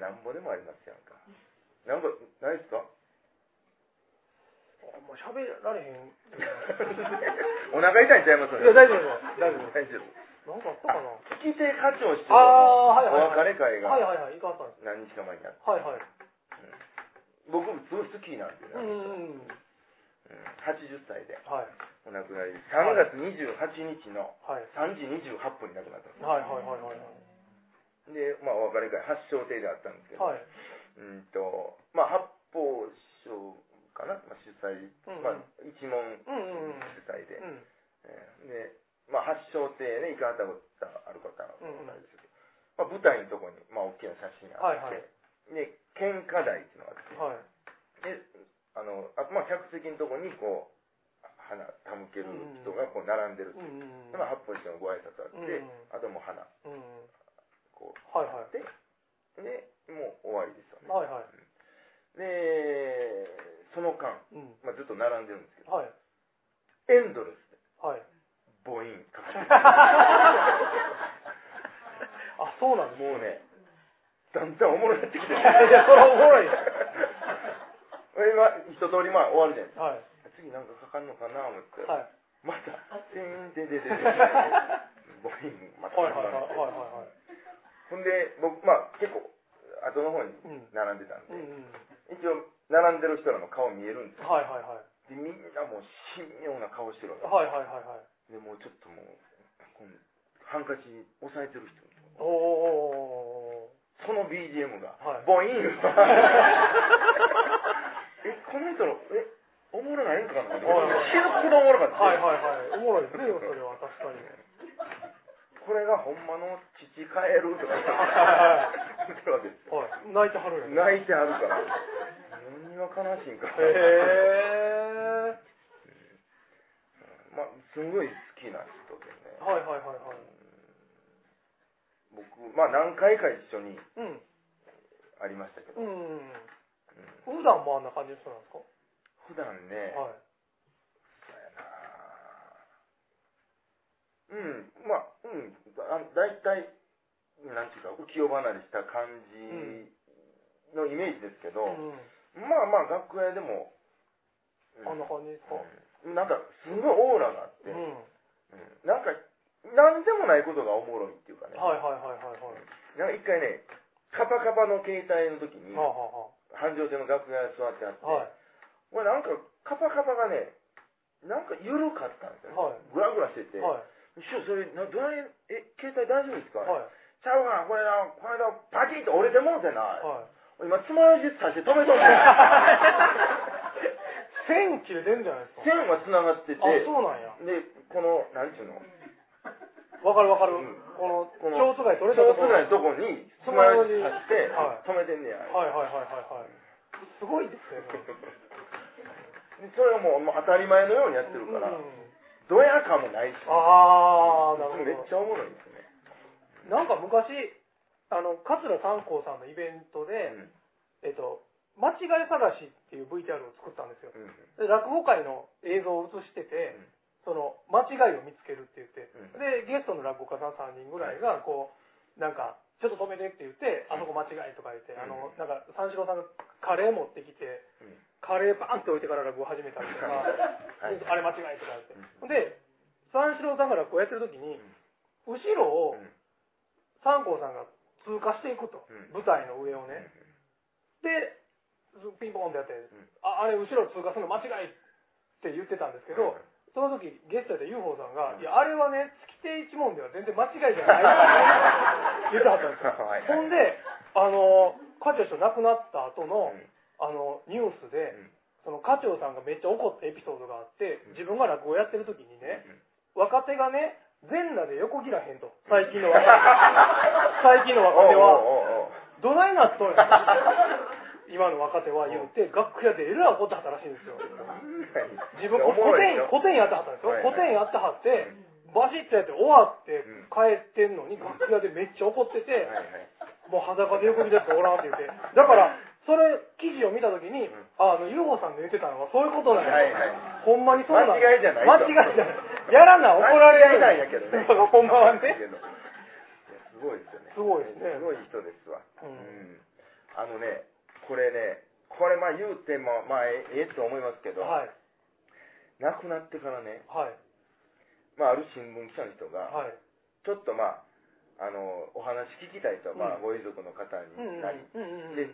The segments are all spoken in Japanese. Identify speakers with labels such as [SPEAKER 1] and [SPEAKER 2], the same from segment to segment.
[SPEAKER 1] なんぼでもありますやんか。なんぼ、ないですか
[SPEAKER 2] あんま喋られへん。
[SPEAKER 1] お腹痛いんちゃいます
[SPEAKER 2] いや大丈夫大丈夫
[SPEAKER 1] 大丈夫。
[SPEAKER 2] なんかあったかな
[SPEAKER 1] 聞き手課長室
[SPEAKER 2] あーはいはい
[SPEAKER 1] お別れ会
[SPEAKER 2] はい
[SPEAKER 1] が
[SPEAKER 2] はいはい、いかがだったんです
[SPEAKER 1] 何日か前にあって、
[SPEAKER 2] はいはい。
[SPEAKER 1] 僕もすごい好きなんで
[SPEAKER 2] う
[SPEAKER 1] ね、うん
[SPEAKER 2] んうんうん。
[SPEAKER 1] 80歳で
[SPEAKER 2] はい。
[SPEAKER 1] お亡くなり、3月28日の
[SPEAKER 2] はい。
[SPEAKER 1] 3時28分に亡くなったんですよ
[SPEAKER 2] はいはいはいはい。
[SPEAKER 1] で、まあ、お別れ会、発祥亭であったんですけど、
[SPEAKER 2] はい。
[SPEAKER 1] うんと、まあ、八方師匠かな、まあ、主催、
[SPEAKER 2] うんうん
[SPEAKER 1] まあ、一門
[SPEAKER 2] うんうんうん。
[SPEAKER 1] 主催で、
[SPEAKER 2] うん。
[SPEAKER 1] えーで、まあ、発祥亭ね、行かはったことある方は
[SPEAKER 2] うんうん
[SPEAKER 1] なんですけど、まあ、舞台のところに、まあ、大きな写真があって、
[SPEAKER 2] はいはい
[SPEAKER 1] で、喧嘩台っていうのがあって、
[SPEAKER 2] はい。
[SPEAKER 1] で、あの、あまあ、客席のところに、こう、花手向ける人がこう並んでる。
[SPEAKER 2] うんうんうん。
[SPEAKER 1] でまあ、八方師匠のご挨拶あって、
[SPEAKER 2] うんうん
[SPEAKER 1] あともう花、
[SPEAKER 2] うんうん。
[SPEAKER 1] こう、
[SPEAKER 2] はいはい。
[SPEAKER 1] で、で、もう終わりですよね。
[SPEAKER 2] はいはい。
[SPEAKER 1] で、その間、
[SPEAKER 2] うん。
[SPEAKER 1] まあ、ずっと並んでるんですけど、
[SPEAKER 2] はい。
[SPEAKER 1] エンドレスで
[SPEAKER 2] はい。
[SPEAKER 1] 母音かかって
[SPEAKER 2] あ、そうなんです
[SPEAKER 1] るもうね、だんだんおもろなってきて る。
[SPEAKER 2] いやそれおもろいで す
[SPEAKER 1] 俺は一通りまあ終わるじゃないですか。
[SPEAKER 2] はい。
[SPEAKER 1] 次なんかかかんのかな思って、
[SPEAKER 2] はい。
[SPEAKER 1] また、てんてんてんてんてん母音また
[SPEAKER 2] はいはい
[SPEAKER 1] か
[SPEAKER 2] はい
[SPEAKER 1] かん
[SPEAKER 2] はいは
[SPEAKER 1] ほんで、僕、まあ結構、後の方に
[SPEAKER 2] い。うん。
[SPEAKER 1] 並んでたん
[SPEAKER 2] うん
[SPEAKER 1] で、
[SPEAKER 2] うん。
[SPEAKER 1] 一応、並んでる人らの顔見えるんですよ
[SPEAKER 2] はいはいはい。
[SPEAKER 1] でみんなもう神妙な顔してるわけ
[SPEAKER 2] はいはいはいはい。
[SPEAKER 1] でもうちょっともうこのハンカチ押さえてる人
[SPEAKER 2] おお。
[SPEAKER 1] その BGM が
[SPEAKER 2] はい
[SPEAKER 1] ボ インえこの人のえおもろないんかなって気づ
[SPEAKER 2] はいはい
[SPEAKER 1] くほどおもろかった
[SPEAKER 2] はいはいはい。おもろいですね、それは確かに。
[SPEAKER 1] これがほんまの父帰る とか
[SPEAKER 2] は
[SPEAKER 1] 言ってるわけですよ
[SPEAKER 2] はい。泣いてはるんやね。
[SPEAKER 1] 泣いてあるから何が悲しいんか
[SPEAKER 2] へえ。
[SPEAKER 1] まあすごい好きな人でね
[SPEAKER 2] はいはいはいはい。
[SPEAKER 1] 僕まあ何回か一緒に
[SPEAKER 2] うん。
[SPEAKER 1] ありましたけど、
[SPEAKER 2] うん。
[SPEAKER 1] うん
[SPEAKER 2] 普段もあんな感じの人なんですか
[SPEAKER 1] 普段ね、
[SPEAKER 2] はい。
[SPEAKER 1] うん、まあ、うん、だだいたい、なんていうか、浮世離れした感じのイメージですけど、
[SPEAKER 2] うん。
[SPEAKER 1] まあまあ、楽屋でも、うん
[SPEAKER 2] あんな感じですか
[SPEAKER 1] うんなんか、すごいオーラがあって、
[SPEAKER 2] うん。
[SPEAKER 1] うん
[SPEAKER 2] は
[SPEAKER 1] なんか、なんでもないことがおもろいっていうか
[SPEAKER 2] い
[SPEAKER 1] ね、
[SPEAKER 2] はいはいはいはい。
[SPEAKER 1] なんか一回ね、カパカパの携帯の時に、
[SPEAKER 2] はあは
[SPEAKER 1] 繁盛亭の楽屋に座ってあって、
[SPEAKER 2] あはあ。はい。
[SPEAKER 1] これなんか、カパカパがね、なんか緩かったんですよ、
[SPEAKER 2] はい
[SPEAKER 1] グラグラしてて、
[SPEAKER 2] はい。
[SPEAKER 1] 師匠、それ、などない、え、携帯大丈夫ですか、
[SPEAKER 2] はい。
[SPEAKER 1] ちゃうがな、これな、この間、パキッと折れてもうてな。
[SPEAKER 2] はい。
[SPEAKER 1] 今、つまようじ刺して止めと んねん。
[SPEAKER 2] 線切れてんじゃないですか
[SPEAKER 1] 線は繋がってて、
[SPEAKER 2] あ、そうなんや。
[SPEAKER 1] で、この、なんちゅうの、
[SPEAKER 2] わかるわかる。
[SPEAKER 1] うん
[SPEAKER 2] この、
[SPEAKER 1] この
[SPEAKER 2] 蝶子貝取れたと
[SPEAKER 1] 上手
[SPEAKER 2] ころ。
[SPEAKER 1] なとこに、つまようじ刺して、
[SPEAKER 2] は
[SPEAKER 1] 止めてんねや。
[SPEAKER 2] はいはいはいはいはい。すごいですね。
[SPEAKER 1] でそれはもう、もう当たり前のようにやってるから、
[SPEAKER 2] うん
[SPEAKER 1] どやかもないし、
[SPEAKER 2] ああ、な
[SPEAKER 1] め
[SPEAKER 2] る
[SPEAKER 1] っ
[SPEAKER 2] ほ
[SPEAKER 1] ちゃおもろいですね。
[SPEAKER 2] ど。なんか昔、あの、桂三光さんのイベントで、
[SPEAKER 1] うん
[SPEAKER 2] えっと、間違い探しっていう VTR を作ったんですよ。
[SPEAKER 1] うん
[SPEAKER 2] で落語会の映像を映してて、
[SPEAKER 1] うん
[SPEAKER 2] その、間違いを見つけるって言って、
[SPEAKER 1] うん
[SPEAKER 2] で、ゲストの落語家さん3人ぐらいが、こう、なんか、ちょっと止めてって言って、あそこ間違いとか言って、あの、なんか、三四郎さんがカレー持ってきて、
[SPEAKER 1] うん
[SPEAKER 2] カレーバーンって置いてから落語始めたりとか、
[SPEAKER 1] はい
[SPEAKER 2] であれ間違いとか言って
[SPEAKER 1] うん。
[SPEAKER 2] ほんで、三四郎さんが落語やってる時に、後ろを
[SPEAKER 1] うん
[SPEAKER 2] 三光さんが通過していくと
[SPEAKER 1] うん。
[SPEAKER 2] 舞台の上をね。で、ピンポンってやって、あ、あれ後ろ通過するの間違いって言ってたんですけど、その時ゲストで UFO さんが、いや、あれはね、月亭一門では全然間違いじゃないって言 ってはったんですよ。
[SPEAKER 1] はいはい
[SPEAKER 2] ほんで、あの、課長師匠亡くなった後の、
[SPEAKER 1] うん
[SPEAKER 2] あの、ニュースで
[SPEAKER 1] うん、
[SPEAKER 2] その課長さんがめっちゃ怒ったエピソードがあって、自分が落語をやってる時にね、若手がね、全裸で横切らへんと。最近の若手。 最近の若手は、
[SPEAKER 1] おうおうおうおう
[SPEAKER 2] どないなっとるんや今の若手は言って、楽屋でえらい怒ってはったらしいんですよ。自分、
[SPEAKER 1] お
[SPEAKER 2] 古
[SPEAKER 1] もろい
[SPEAKER 2] 典
[SPEAKER 1] でしょ、
[SPEAKER 2] 古典やってはったんですよ
[SPEAKER 1] はい。はい
[SPEAKER 2] 古典やってはって、バシッとやって終わって
[SPEAKER 1] ん
[SPEAKER 2] 帰ってんのに、楽屋でめっちゃ怒ってて、
[SPEAKER 1] はいはい
[SPEAKER 2] もう裸で横に出ておらんって言って。だ から、それ、記事を見たときに、ああの、UFO さんの言ってたのはそういうことなんや。
[SPEAKER 1] はいはい
[SPEAKER 2] ほんまにそうなん
[SPEAKER 1] 間違いじゃないと
[SPEAKER 2] 間違いじゃない。やらな、怒られる。。
[SPEAKER 1] ないんやけどね
[SPEAKER 2] ほんまはね。
[SPEAKER 1] いやすごいですよね。
[SPEAKER 2] すごいですね
[SPEAKER 1] すごい人ですわ。
[SPEAKER 2] うん
[SPEAKER 1] うんあのね、これね、これまあ言うても、まあええええと思いますけど、
[SPEAKER 2] はい。
[SPEAKER 1] 亡くなってからね、
[SPEAKER 2] はい。
[SPEAKER 1] まあある新聞記者の人が、
[SPEAKER 2] はい。
[SPEAKER 1] ちょっとまあ、あの、お話聞きたいと、まあ
[SPEAKER 2] うん
[SPEAKER 1] ご遺族の方に
[SPEAKER 2] うんうん
[SPEAKER 1] なり、
[SPEAKER 2] うんうんうん。
[SPEAKER 1] で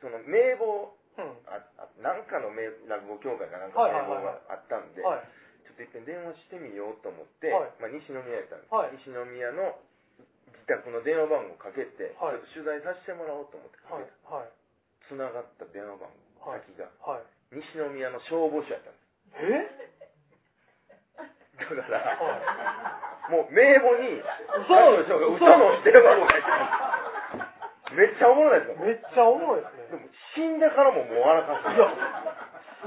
[SPEAKER 1] その名簿、
[SPEAKER 2] うん。
[SPEAKER 1] ああなんかの名落語協会かなんかの名簿があったんで、
[SPEAKER 2] はい。
[SPEAKER 1] ちょっと一遍電話してみようと思って、
[SPEAKER 2] はい
[SPEAKER 1] まあ、西宮やったんです、
[SPEAKER 2] はい
[SPEAKER 1] 西宮の自宅の電話番号かけて、
[SPEAKER 2] はい
[SPEAKER 1] ちょっと取材させてもらおうと思ってか
[SPEAKER 2] はい
[SPEAKER 1] けた、。
[SPEAKER 2] はい。
[SPEAKER 1] つながった電話番号、
[SPEAKER 2] はい
[SPEAKER 1] 先が
[SPEAKER 2] はい。
[SPEAKER 1] 西宮の消防署やったんで
[SPEAKER 2] え
[SPEAKER 1] すだから、
[SPEAKER 2] は
[SPEAKER 1] もう名簿に
[SPEAKER 2] 嘘
[SPEAKER 1] の嘘の電話番号が入ってためっちゃおもろいですよ
[SPEAKER 2] めっちゃおもろいです
[SPEAKER 1] で
[SPEAKER 2] ね。
[SPEAKER 1] も死んだからももう笑かす
[SPEAKER 2] いや、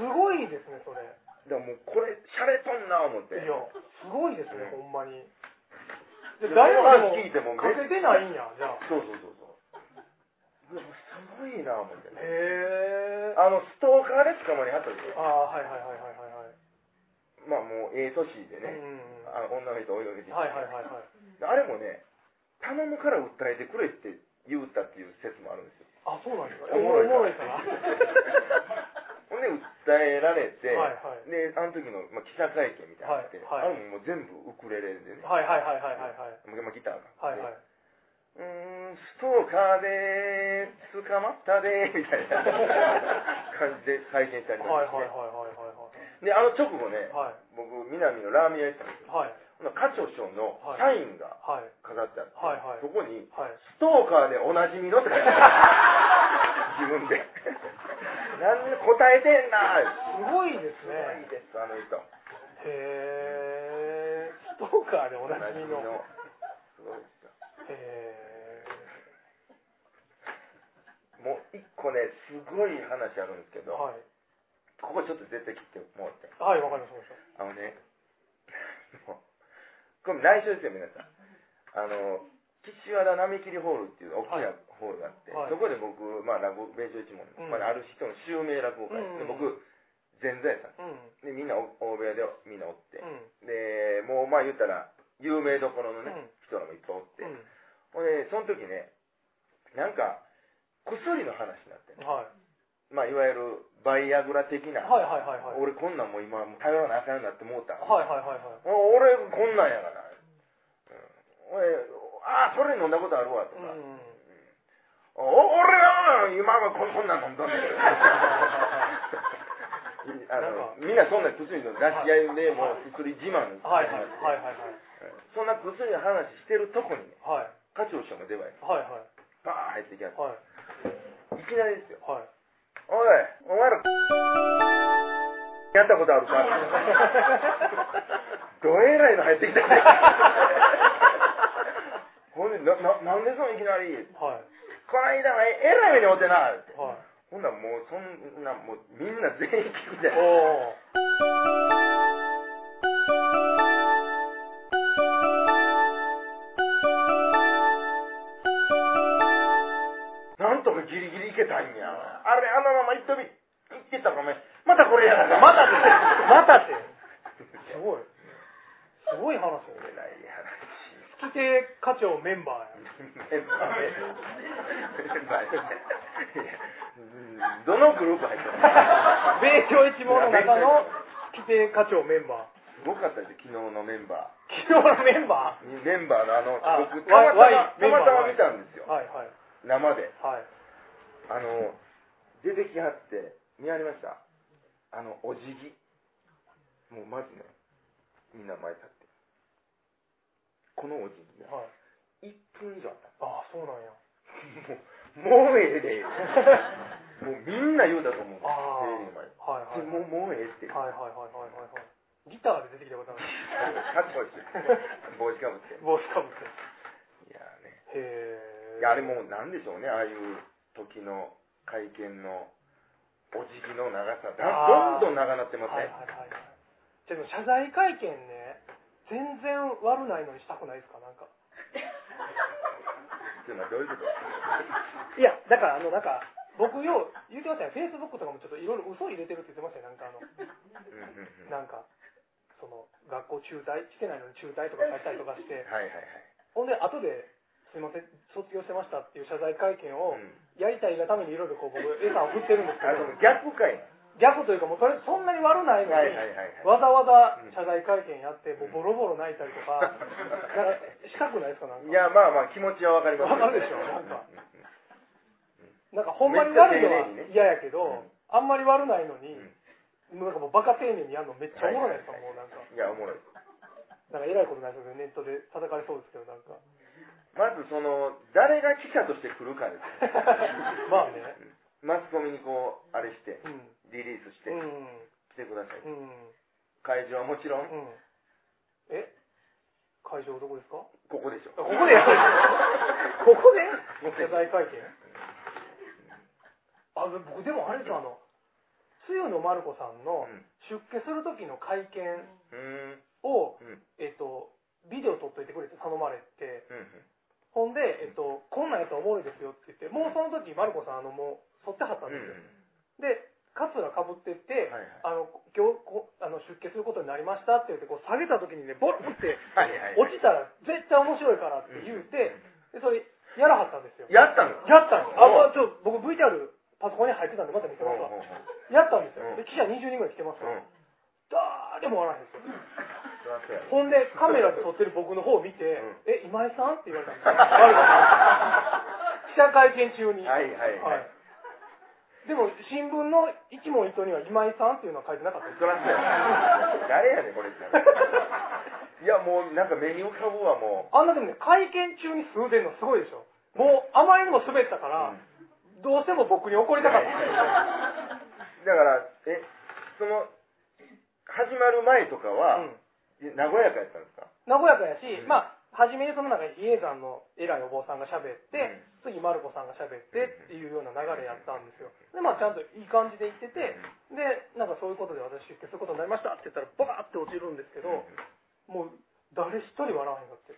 [SPEAKER 2] すごいですね、それ。
[SPEAKER 1] だからもうこれしゃれとんな思って
[SPEAKER 2] いや、すごいですね、ほんまに。で
[SPEAKER 1] いや
[SPEAKER 2] 誰も
[SPEAKER 1] 聞いて
[SPEAKER 2] で
[SPEAKER 1] も
[SPEAKER 2] も
[SPEAKER 1] め
[SPEAKER 2] かけてないんや、じゃあ。
[SPEAKER 1] そうそうそうそうでもすごいな思ってね
[SPEAKER 2] へえ。
[SPEAKER 1] あの、ストーカーで捕まりはったんです
[SPEAKER 2] あ
[SPEAKER 1] よ。
[SPEAKER 2] あ、はいはいはいはいはいはい。
[SPEAKER 1] まあもう、ええ年で
[SPEAKER 2] うん
[SPEAKER 1] ね、
[SPEAKER 2] うんうん。は
[SPEAKER 1] あの女の人追い
[SPEAKER 2] い
[SPEAKER 1] かけて、
[SPEAKER 2] はいはいはい。
[SPEAKER 1] あれもね、頼むから訴えてくれって言うたっていう説もあるんですよ。
[SPEAKER 2] あ、そうなんですか。
[SPEAKER 1] おもろい
[SPEAKER 2] おもろいかな。
[SPEAKER 1] ほんで、訴えられて、
[SPEAKER 2] はいはい
[SPEAKER 1] で、あの時の、まあ、記者会見みたいなのあって、
[SPEAKER 2] はいはい
[SPEAKER 1] あれももう全部ウクレレでね、
[SPEAKER 2] はいはいはいはいはいはい。
[SPEAKER 1] まあ、ギターが。
[SPEAKER 2] はいはい。
[SPEAKER 1] うーん、ストーカーでー捕まったでーみたい な感じで会見したりと
[SPEAKER 2] はいはい
[SPEAKER 1] か
[SPEAKER 2] はいはい
[SPEAKER 1] し
[SPEAKER 2] はい
[SPEAKER 1] て、で、あの直後ね、
[SPEAKER 2] はい。はい。
[SPEAKER 1] 僕、南のラーメン屋行ったんですよ
[SPEAKER 2] はい。
[SPEAKER 1] 課長賞のサインが
[SPEAKER 2] はい。
[SPEAKER 1] 飾ってあって、
[SPEAKER 2] はいはい
[SPEAKER 1] そこに、
[SPEAKER 2] はい。
[SPEAKER 1] ストーカーでおなじみのって書いてある。自分で。なんで答えてんな
[SPEAKER 2] すごいです
[SPEAKER 1] すごい
[SPEAKER 2] ね。
[SPEAKER 1] です、あの人。
[SPEAKER 2] へえ。ストーカーでお
[SPEAKER 1] お
[SPEAKER 2] なじみの。。
[SPEAKER 1] すごいですよ。
[SPEAKER 2] へえ。
[SPEAKER 1] もう一個ね、すごい話あるんですけど、
[SPEAKER 2] はい。
[SPEAKER 1] ここちょっと絶対切ってもらって。
[SPEAKER 2] はい、わかりました。
[SPEAKER 1] あのね、 もうこれ内緒ですよ、皆さん。あの、岸和田波切りホールっていう大きなホールがあって、
[SPEAKER 2] はい
[SPEAKER 1] そこで僕、まあ、落語、弁償一門、
[SPEAKER 2] うん
[SPEAKER 1] まあ、ある人の襲名落語会、
[SPEAKER 2] うん
[SPEAKER 1] で僕、前座やったんで
[SPEAKER 2] うん。
[SPEAKER 1] す。で、みんなお大部屋でみんなおって、
[SPEAKER 2] うん。
[SPEAKER 1] で、もうまあ言ったら、有名どころの
[SPEAKER 2] う
[SPEAKER 1] ね、
[SPEAKER 2] ん。
[SPEAKER 1] 人らもいっぱいおって、
[SPEAKER 2] うん。
[SPEAKER 1] ほんで、その時ね、なんか、薬の話になってね、
[SPEAKER 2] はい。
[SPEAKER 1] まあ、いわゆるバイアグラ的な、
[SPEAKER 2] はいはいはいはい。
[SPEAKER 1] 俺こんなんもう今、もう頼らなあかんようになってもうた。
[SPEAKER 2] はいはいはいはい。
[SPEAKER 1] お俺こんなんやがな、うん、俺ああそれ飲んだことあるわと
[SPEAKER 2] う
[SPEAKER 1] か、
[SPEAKER 2] ん。
[SPEAKER 1] お俺は今はここんなん飲んだんだけ どあのみんなそんな薬の出し合いでもう薬自慢
[SPEAKER 2] はいはいはいはい
[SPEAKER 1] そんな薬の話してるとこにね
[SPEAKER 2] はい。はい。
[SPEAKER 1] 課長師匠が出ばい
[SPEAKER 2] はいはい。
[SPEAKER 1] バーン入ってきやがって
[SPEAKER 2] はい。
[SPEAKER 1] いきなりですよ
[SPEAKER 2] はい。
[SPEAKER 1] 「おいお前らやったことあるか?」どえらいの入ってきたねほんでなななんでそのいきなり
[SPEAKER 2] はい。
[SPEAKER 1] この間はええらい目に遭ってなって
[SPEAKER 2] はい。
[SPEAKER 1] ほんならもうそんなもうみんな全員聞くじゃん
[SPEAKER 2] おー。
[SPEAKER 1] なんとかギリギリいけたんやあれあのまま一飛び行ってたらお前またこれやらなまた
[SPEAKER 2] またって。すごい。すごい話
[SPEAKER 1] え
[SPEAKER 2] よね。
[SPEAKER 1] らい
[SPEAKER 2] 月亭課長メンバーや。
[SPEAKER 1] 話メンバーメンバーいやうんどのグループ入ってる
[SPEAKER 2] 米朝一門の中の月亭課長メンバー。
[SPEAKER 1] すごかったですよ昨日のメンバー
[SPEAKER 2] 昨日のメンバ
[SPEAKER 1] メンバーのあの
[SPEAKER 2] あ
[SPEAKER 1] 僕たまたま
[SPEAKER 2] Y- Y
[SPEAKER 1] たまたま
[SPEAKER 2] メ
[SPEAKER 1] 見
[SPEAKER 2] ン
[SPEAKER 1] たんですよ
[SPEAKER 2] ー。はいはい。
[SPEAKER 1] 生で
[SPEAKER 2] はい。
[SPEAKER 1] あの出てきはって見張りましたあのお辞儀もうまずねみんな前立ってこのお辞儀が
[SPEAKER 2] はい。
[SPEAKER 1] 1分以上あった
[SPEAKER 2] ああ、そうなん や。
[SPEAKER 1] もうもうええでもうみんな言うたと思う
[SPEAKER 2] ああ。
[SPEAKER 1] テレビの前で
[SPEAKER 2] はいはい。
[SPEAKER 1] もうもうええって
[SPEAKER 2] はいはいはいはいはいはい。ギターで出てきたことある。
[SPEAKER 1] かっこいいし帽子かぶって
[SPEAKER 2] 帽子かぶって。
[SPEAKER 1] いやーね
[SPEAKER 2] へえ。
[SPEAKER 1] いやあれもうなんでしょうねああいう時の会見のお辞儀の長さ
[SPEAKER 2] あ
[SPEAKER 1] だ
[SPEAKER 2] ー
[SPEAKER 1] どんどん長なってます
[SPEAKER 2] はい
[SPEAKER 1] ね
[SPEAKER 2] はいはいはい。じゃあでも謝罪会見ね、全然悪ないのにしたくないですかなんか。
[SPEAKER 1] っていうのはどういうこと
[SPEAKER 2] いや、だからあの、なんか、僕よう言ってましたよ。Facebook とかもちょっといろいろ嘘入れてるって言ってましたよ。なんかあの、
[SPEAKER 1] うんうんうん
[SPEAKER 2] なんか、その、学校中退してないのに中退とかされたりとかして。
[SPEAKER 1] はいはいはい。
[SPEAKER 2] ほんで、後で、すいません、卒業してましたっていう謝罪会見を
[SPEAKER 1] うん
[SPEAKER 2] やりたいがためにいろいろこう僕、餌を振ってるんですけ
[SPEAKER 1] あ
[SPEAKER 2] ど
[SPEAKER 1] の、逆かい
[SPEAKER 2] 逆というかもうそれそんなに悪ないの
[SPEAKER 1] はい
[SPEAKER 2] に
[SPEAKER 1] はい、はいはい
[SPEAKER 2] わざわざ謝罪会見やって、もうボロボロ泣いたりとか、なんか、したくないですか、なん
[SPEAKER 1] い
[SPEAKER 2] か。
[SPEAKER 1] やまあまあ気持ちはわかりますよ
[SPEAKER 2] わかるでしょなんか
[SPEAKER 1] うんうん
[SPEAKER 2] なんか、ほんまに悪いのは
[SPEAKER 1] めっちゃ丁寧にね
[SPEAKER 2] 嫌やけど、
[SPEAKER 1] うん
[SPEAKER 2] あんまり悪ないのに、
[SPEAKER 1] うん
[SPEAKER 2] もうなんかもうバカ丁寧にやるのめっちゃおもろないですか、もうなんか。
[SPEAKER 1] いやおもろい
[SPEAKER 2] なんか、偉いことないですけど、ネットで叩かれそうですけど、なんか。
[SPEAKER 1] まずその誰が記者として来るかです
[SPEAKER 2] まあね。
[SPEAKER 1] うんマスコミにこうあれして
[SPEAKER 2] うん。
[SPEAKER 1] リリースして
[SPEAKER 2] うん。
[SPEAKER 1] 来てください
[SPEAKER 2] うん。
[SPEAKER 1] 会場はもちろん
[SPEAKER 2] うん。え会場どこですか
[SPEAKER 1] ここでしょ
[SPEAKER 2] あここでやる ここで
[SPEAKER 1] もう
[SPEAKER 2] 謝罪会見あで僕でもあれですよあの露野丸子さんの
[SPEAKER 1] うん
[SPEAKER 2] 出家する時の会見
[SPEAKER 1] うーん
[SPEAKER 2] を、
[SPEAKER 1] うん
[SPEAKER 2] えっとビデオ撮っといてくれって頼まれて
[SPEAKER 1] うん
[SPEAKER 2] ほんで、えっと、こんなんやったらおもろいですよって言ってもうその時丸子さんあのもう剃ってはったん
[SPEAKER 1] うん
[SPEAKER 2] で
[SPEAKER 1] うん
[SPEAKER 2] すよ、でカツラかぶってって、
[SPEAKER 1] はいはい
[SPEAKER 2] あの今日こあの出家することになりましたって言ってこう下げた時にねボロって
[SPEAKER 1] はいはい
[SPEAKER 2] 落ちたら絶対面白いからって言うて、でそれやらはったんですよ
[SPEAKER 1] やったの
[SPEAKER 2] やったんですあ、ま
[SPEAKER 1] おう
[SPEAKER 2] あ、ちょっと僕 VTR パソコンに入ってたんでまた見せますわ
[SPEAKER 1] うんうんうん
[SPEAKER 2] やったんですよ
[SPEAKER 1] うん
[SPEAKER 2] で記者20人ぐらい来てますから
[SPEAKER 1] うん
[SPEAKER 2] 誰も笑わないんですよ
[SPEAKER 1] そらそうや
[SPEAKER 2] ほんでカメラで撮ってる僕の方を見て
[SPEAKER 1] ん
[SPEAKER 2] 「え今井さん?」って言われたんですよ悪かった記者会見中 に
[SPEAKER 1] はいはいはい
[SPEAKER 2] いでも新聞の一問一答には「今井さん?」っていうのは書いてなかったです
[SPEAKER 1] そらそうや誰やねんこれっていやもうなんか目に浮かぶわも
[SPEAKER 2] あんなでもね会見中に数出るのすごいでしょもうあまりにも滑ったか
[SPEAKER 1] う、
[SPEAKER 2] ら、
[SPEAKER 1] うん
[SPEAKER 2] どうしても僕に怒りたかったんです
[SPEAKER 1] だからえその始まる前とかは、
[SPEAKER 2] よ、うん、
[SPEAKER 1] え和やかやったんですか
[SPEAKER 2] 和やかやし、
[SPEAKER 1] うん
[SPEAKER 2] まあ初めにその中で比叡山の偉いお坊さんが喋って、次マルコさんが喋ってっていうような流れやったんですよでまあちゃんといい感じで言っててでなんかそういうことで私出家することになりましたって言ったらバーって落ちるんですけどもう誰一人笑わへんかって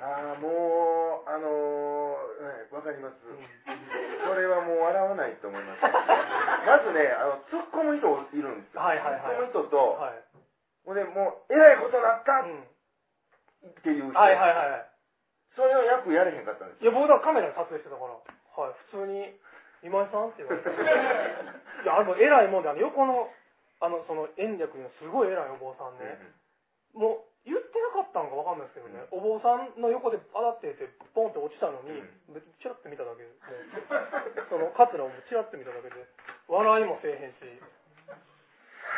[SPEAKER 1] ああもうあのーはいわ、かりますそれはもう笑わないと思います まずねあの突っ込む人いるんですよ、
[SPEAKER 2] はいはいはい
[SPEAKER 1] 突っ込む人と、
[SPEAKER 2] はい、
[SPEAKER 1] ほんでもうえらいことなった
[SPEAKER 2] うん、
[SPEAKER 1] っていう人、
[SPEAKER 2] はいはいはいはい
[SPEAKER 1] それを役やれへんかったんで す
[SPEAKER 2] いや僕だからカメラで撮影してたからはい普通に「今井さん?」って言われて いやあの偉いもんであの横のあのその延暦のすごい偉いお坊さんね、もう言ってなかったんかわかんないですけどね、お坊さんの横であだっててポンって落ちたのに、別にチラッて見ただけで、そのカツラをチラッて見ただけで笑いもせえへ んし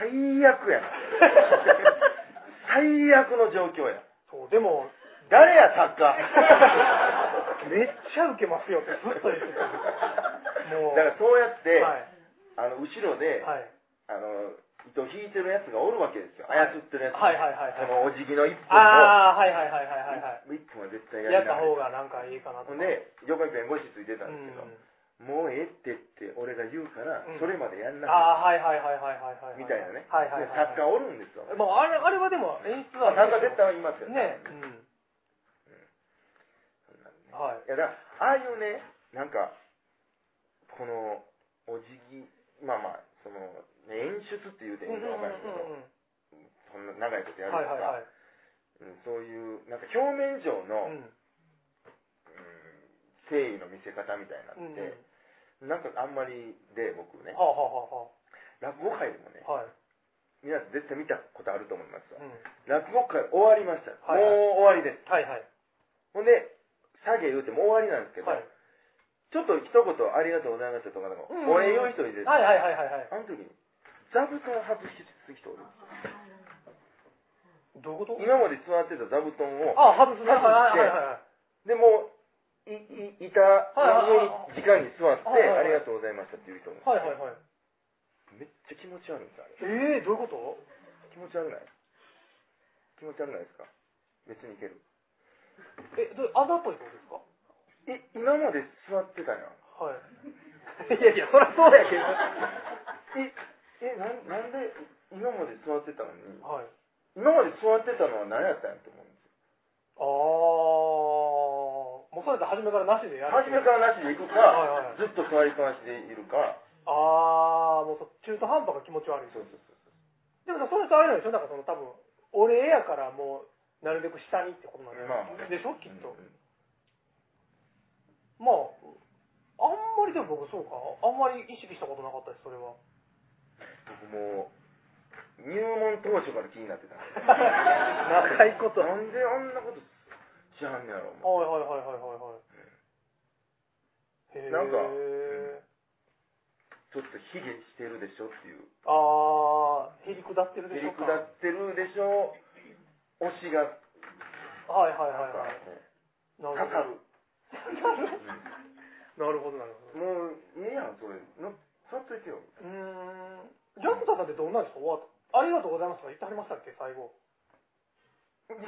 [SPEAKER 1] 最悪やな最悪の状況や
[SPEAKER 2] そうでも
[SPEAKER 1] 誰や 作家
[SPEAKER 2] めっちゃウケますよってずっと言ってたもう
[SPEAKER 1] だからそうやって、
[SPEAKER 2] はい
[SPEAKER 1] あの後ろで、
[SPEAKER 2] はい
[SPEAKER 1] あの糸引いてるやつがおるわけですよ操ってるやつ、
[SPEAKER 2] はいはいはい
[SPEAKER 1] そ
[SPEAKER 2] はい
[SPEAKER 1] のお辞儀の一本を
[SPEAKER 2] ああはいはいはいはいはいはい
[SPEAKER 1] 一本は絶対
[SPEAKER 2] や
[SPEAKER 1] やり
[SPEAKER 2] った
[SPEAKER 1] な
[SPEAKER 2] 方がなんかいいかなと
[SPEAKER 1] ほんで横に弁護士ついてた
[SPEAKER 2] うん
[SPEAKER 1] ですけ
[SPEAKER 2] ん
[SPEAKER 1] ど、もうええってって俺が言うから、
[SPEAKER 2] うん
[SPEAKER 1] それまでやんな
[SPEAKER 2] ああはいはいはいはいはいはい
[SPEAKER 1] みたいなね、
[SPEAKER 2] はいはいはい
[SPEAKER 1] 作家おるんですよ、
[SPEAKER 2] まああれあれはでも演出は
[SPEAKER 1] 作家絶対いますよ
[SPEAKER 2] ねうん
[SPEAKER 1] そんなんね
[SPEAKER 2] はい
[SPEAKER 1] いやだからああいうねなんかこのお辞儀まあまあその演出っていうていいのか分からないけど、
[SPEAKER 2] うんうんうん
[SPEAKER 1] そんな長いことやる
[SPEAKER 2] はい
[SPEAKER 1] と
[SPEAKER 2] はい
[SPEAKER 1] か、
[SPEAKER 2] はい
[SPEAKER 1] うんそういうなんか表面上の、
[SPEAKER 2] うん
[SPEAKER 1] うん誠意の見せ方みたいな
[SPEAKER 2] うん
[SPEAKER 1] んで、なんかあんまりで僕ね
[SPEAKER 2] はあはあは
[SPEAKER 1] 落語界でもね
[SPEAKER 2] あはあはい
[SPEAKER 1] 皆さん絶対見たことあると思いますわ
[SPEAKER 2] うん
[SPEAKER 1] 落語界終わりました、
[SPEAKER 2] はいはい
[SPEAKER 1] もう終わりです
[SPEAKER 2] はいはい
[SPEAKER 1] ほんで下げ言うてもう終わりなんですけど、
[SPEAKER 2] はい
[SPEAKER 1] ちょっと一言ありがとうございましたとかなんか、
[SPEAKER 2] うん
[SPEAKER 1] お礼を一人で、
[SPEAKER 2] はいはいはいはいはい
[SPEAKER 1] あの時に座布団外してる人おる
[SPEAKER 2] どういうこと
[SPEAKER 1] 今まで座ってた座布団を
[SPEAKER 2] あ外すねはいはいはいはい
[SPEAKER 1] でもういい板の上に時間に座って、
[SPEAKER 2] はいはいはい
[SPEAKER 1] ありがとうございましたっていう人も、
[SPEAKER 2] はいはいはい
[SPEAKER 1] めっちゃ気持ち悪いんですあ
[SPEAKER 2] え
[SPEAKER 1] れ
[SPEAKER 2] えどういうこと
[SPEAKER 1] 気持ち悪ない気持ち悪ないですか別にいける
[SPEAKER 2] えどうあざといってことですか
[SPEAKER 1] え今まで座ってたやん
[SPEAKER 2] はい いやいやそりゃそうやけど
[SPEAKER 1] ええなんなんで今まで座ってたのに
[SPEAKER 2] はい
[SPEAKER 1] 今まで座ってたのは何やったんやと思うんで
[SPEAKER 2] ああもう
[SPEAKER 1] す
[SPEAKER 2] それで初めからなしでや
[SPEAKER 1] よ
[SPEAKER 2] る
[SPEAKER 1] 初めからなしで行くか、
[SPEAKER 2] はいはい
[SPEAKER 1] ずっと座りっぱなしでいるか
[SPEAKER 2] ああもうそ中途半端が気持ち悪い
[SPEAKER 1] そうそうそうそう
[SPEAKER 2] でもさそれとあれなんでしょなんかその多分俺やからもうなるべく下にってことなんで,、
[SPEAKER 1] まあまあね
[SPEAKER 2] でしょきっと、
[SPEAKER 1] うんうん
[SPEAKER 2] まあ、あんまりでも僕そうか。あんまり意識したことなかったです、そ れは。
[SPEAKER 1] 僕もう入門当初から気になってたんですよ
[SPEAKER 2] 長いこと
[SPEAKER 1] なんであんなことしはんねやろお
[SPEAKER 2] はいはいはいはいはいはい。へえ。
[SPEAKER 1] なんか前ちょっとヒゲしてるでしょっていう
[SPEAKER 2] あー、へりくだってるで
[SPEAKER 1] へ
[SPEAKER 2] しょう
[SPEAKER 1] り
[SPEAKER 2] か。
[SPEAKER 1] くだってるでしょ推しが
[SPEAKER 2] はいはいはい
[SPEAKER 1] な
[SPEAKER 2] は
[SPEAKER 1] んか
[SPEAKER 2] い。な
[SPEAKER 1] かかる
[SPEAKER 2] なるほどなるほど。
[SPEAKER 1] もうええやんそれのさっといてよ
[SPEAKER 2] うーん。ジャンプタさんってどんなんですか終わったありがとうございますとか言ってはりましたっけ、最後。
[SPEAKER 1] ギ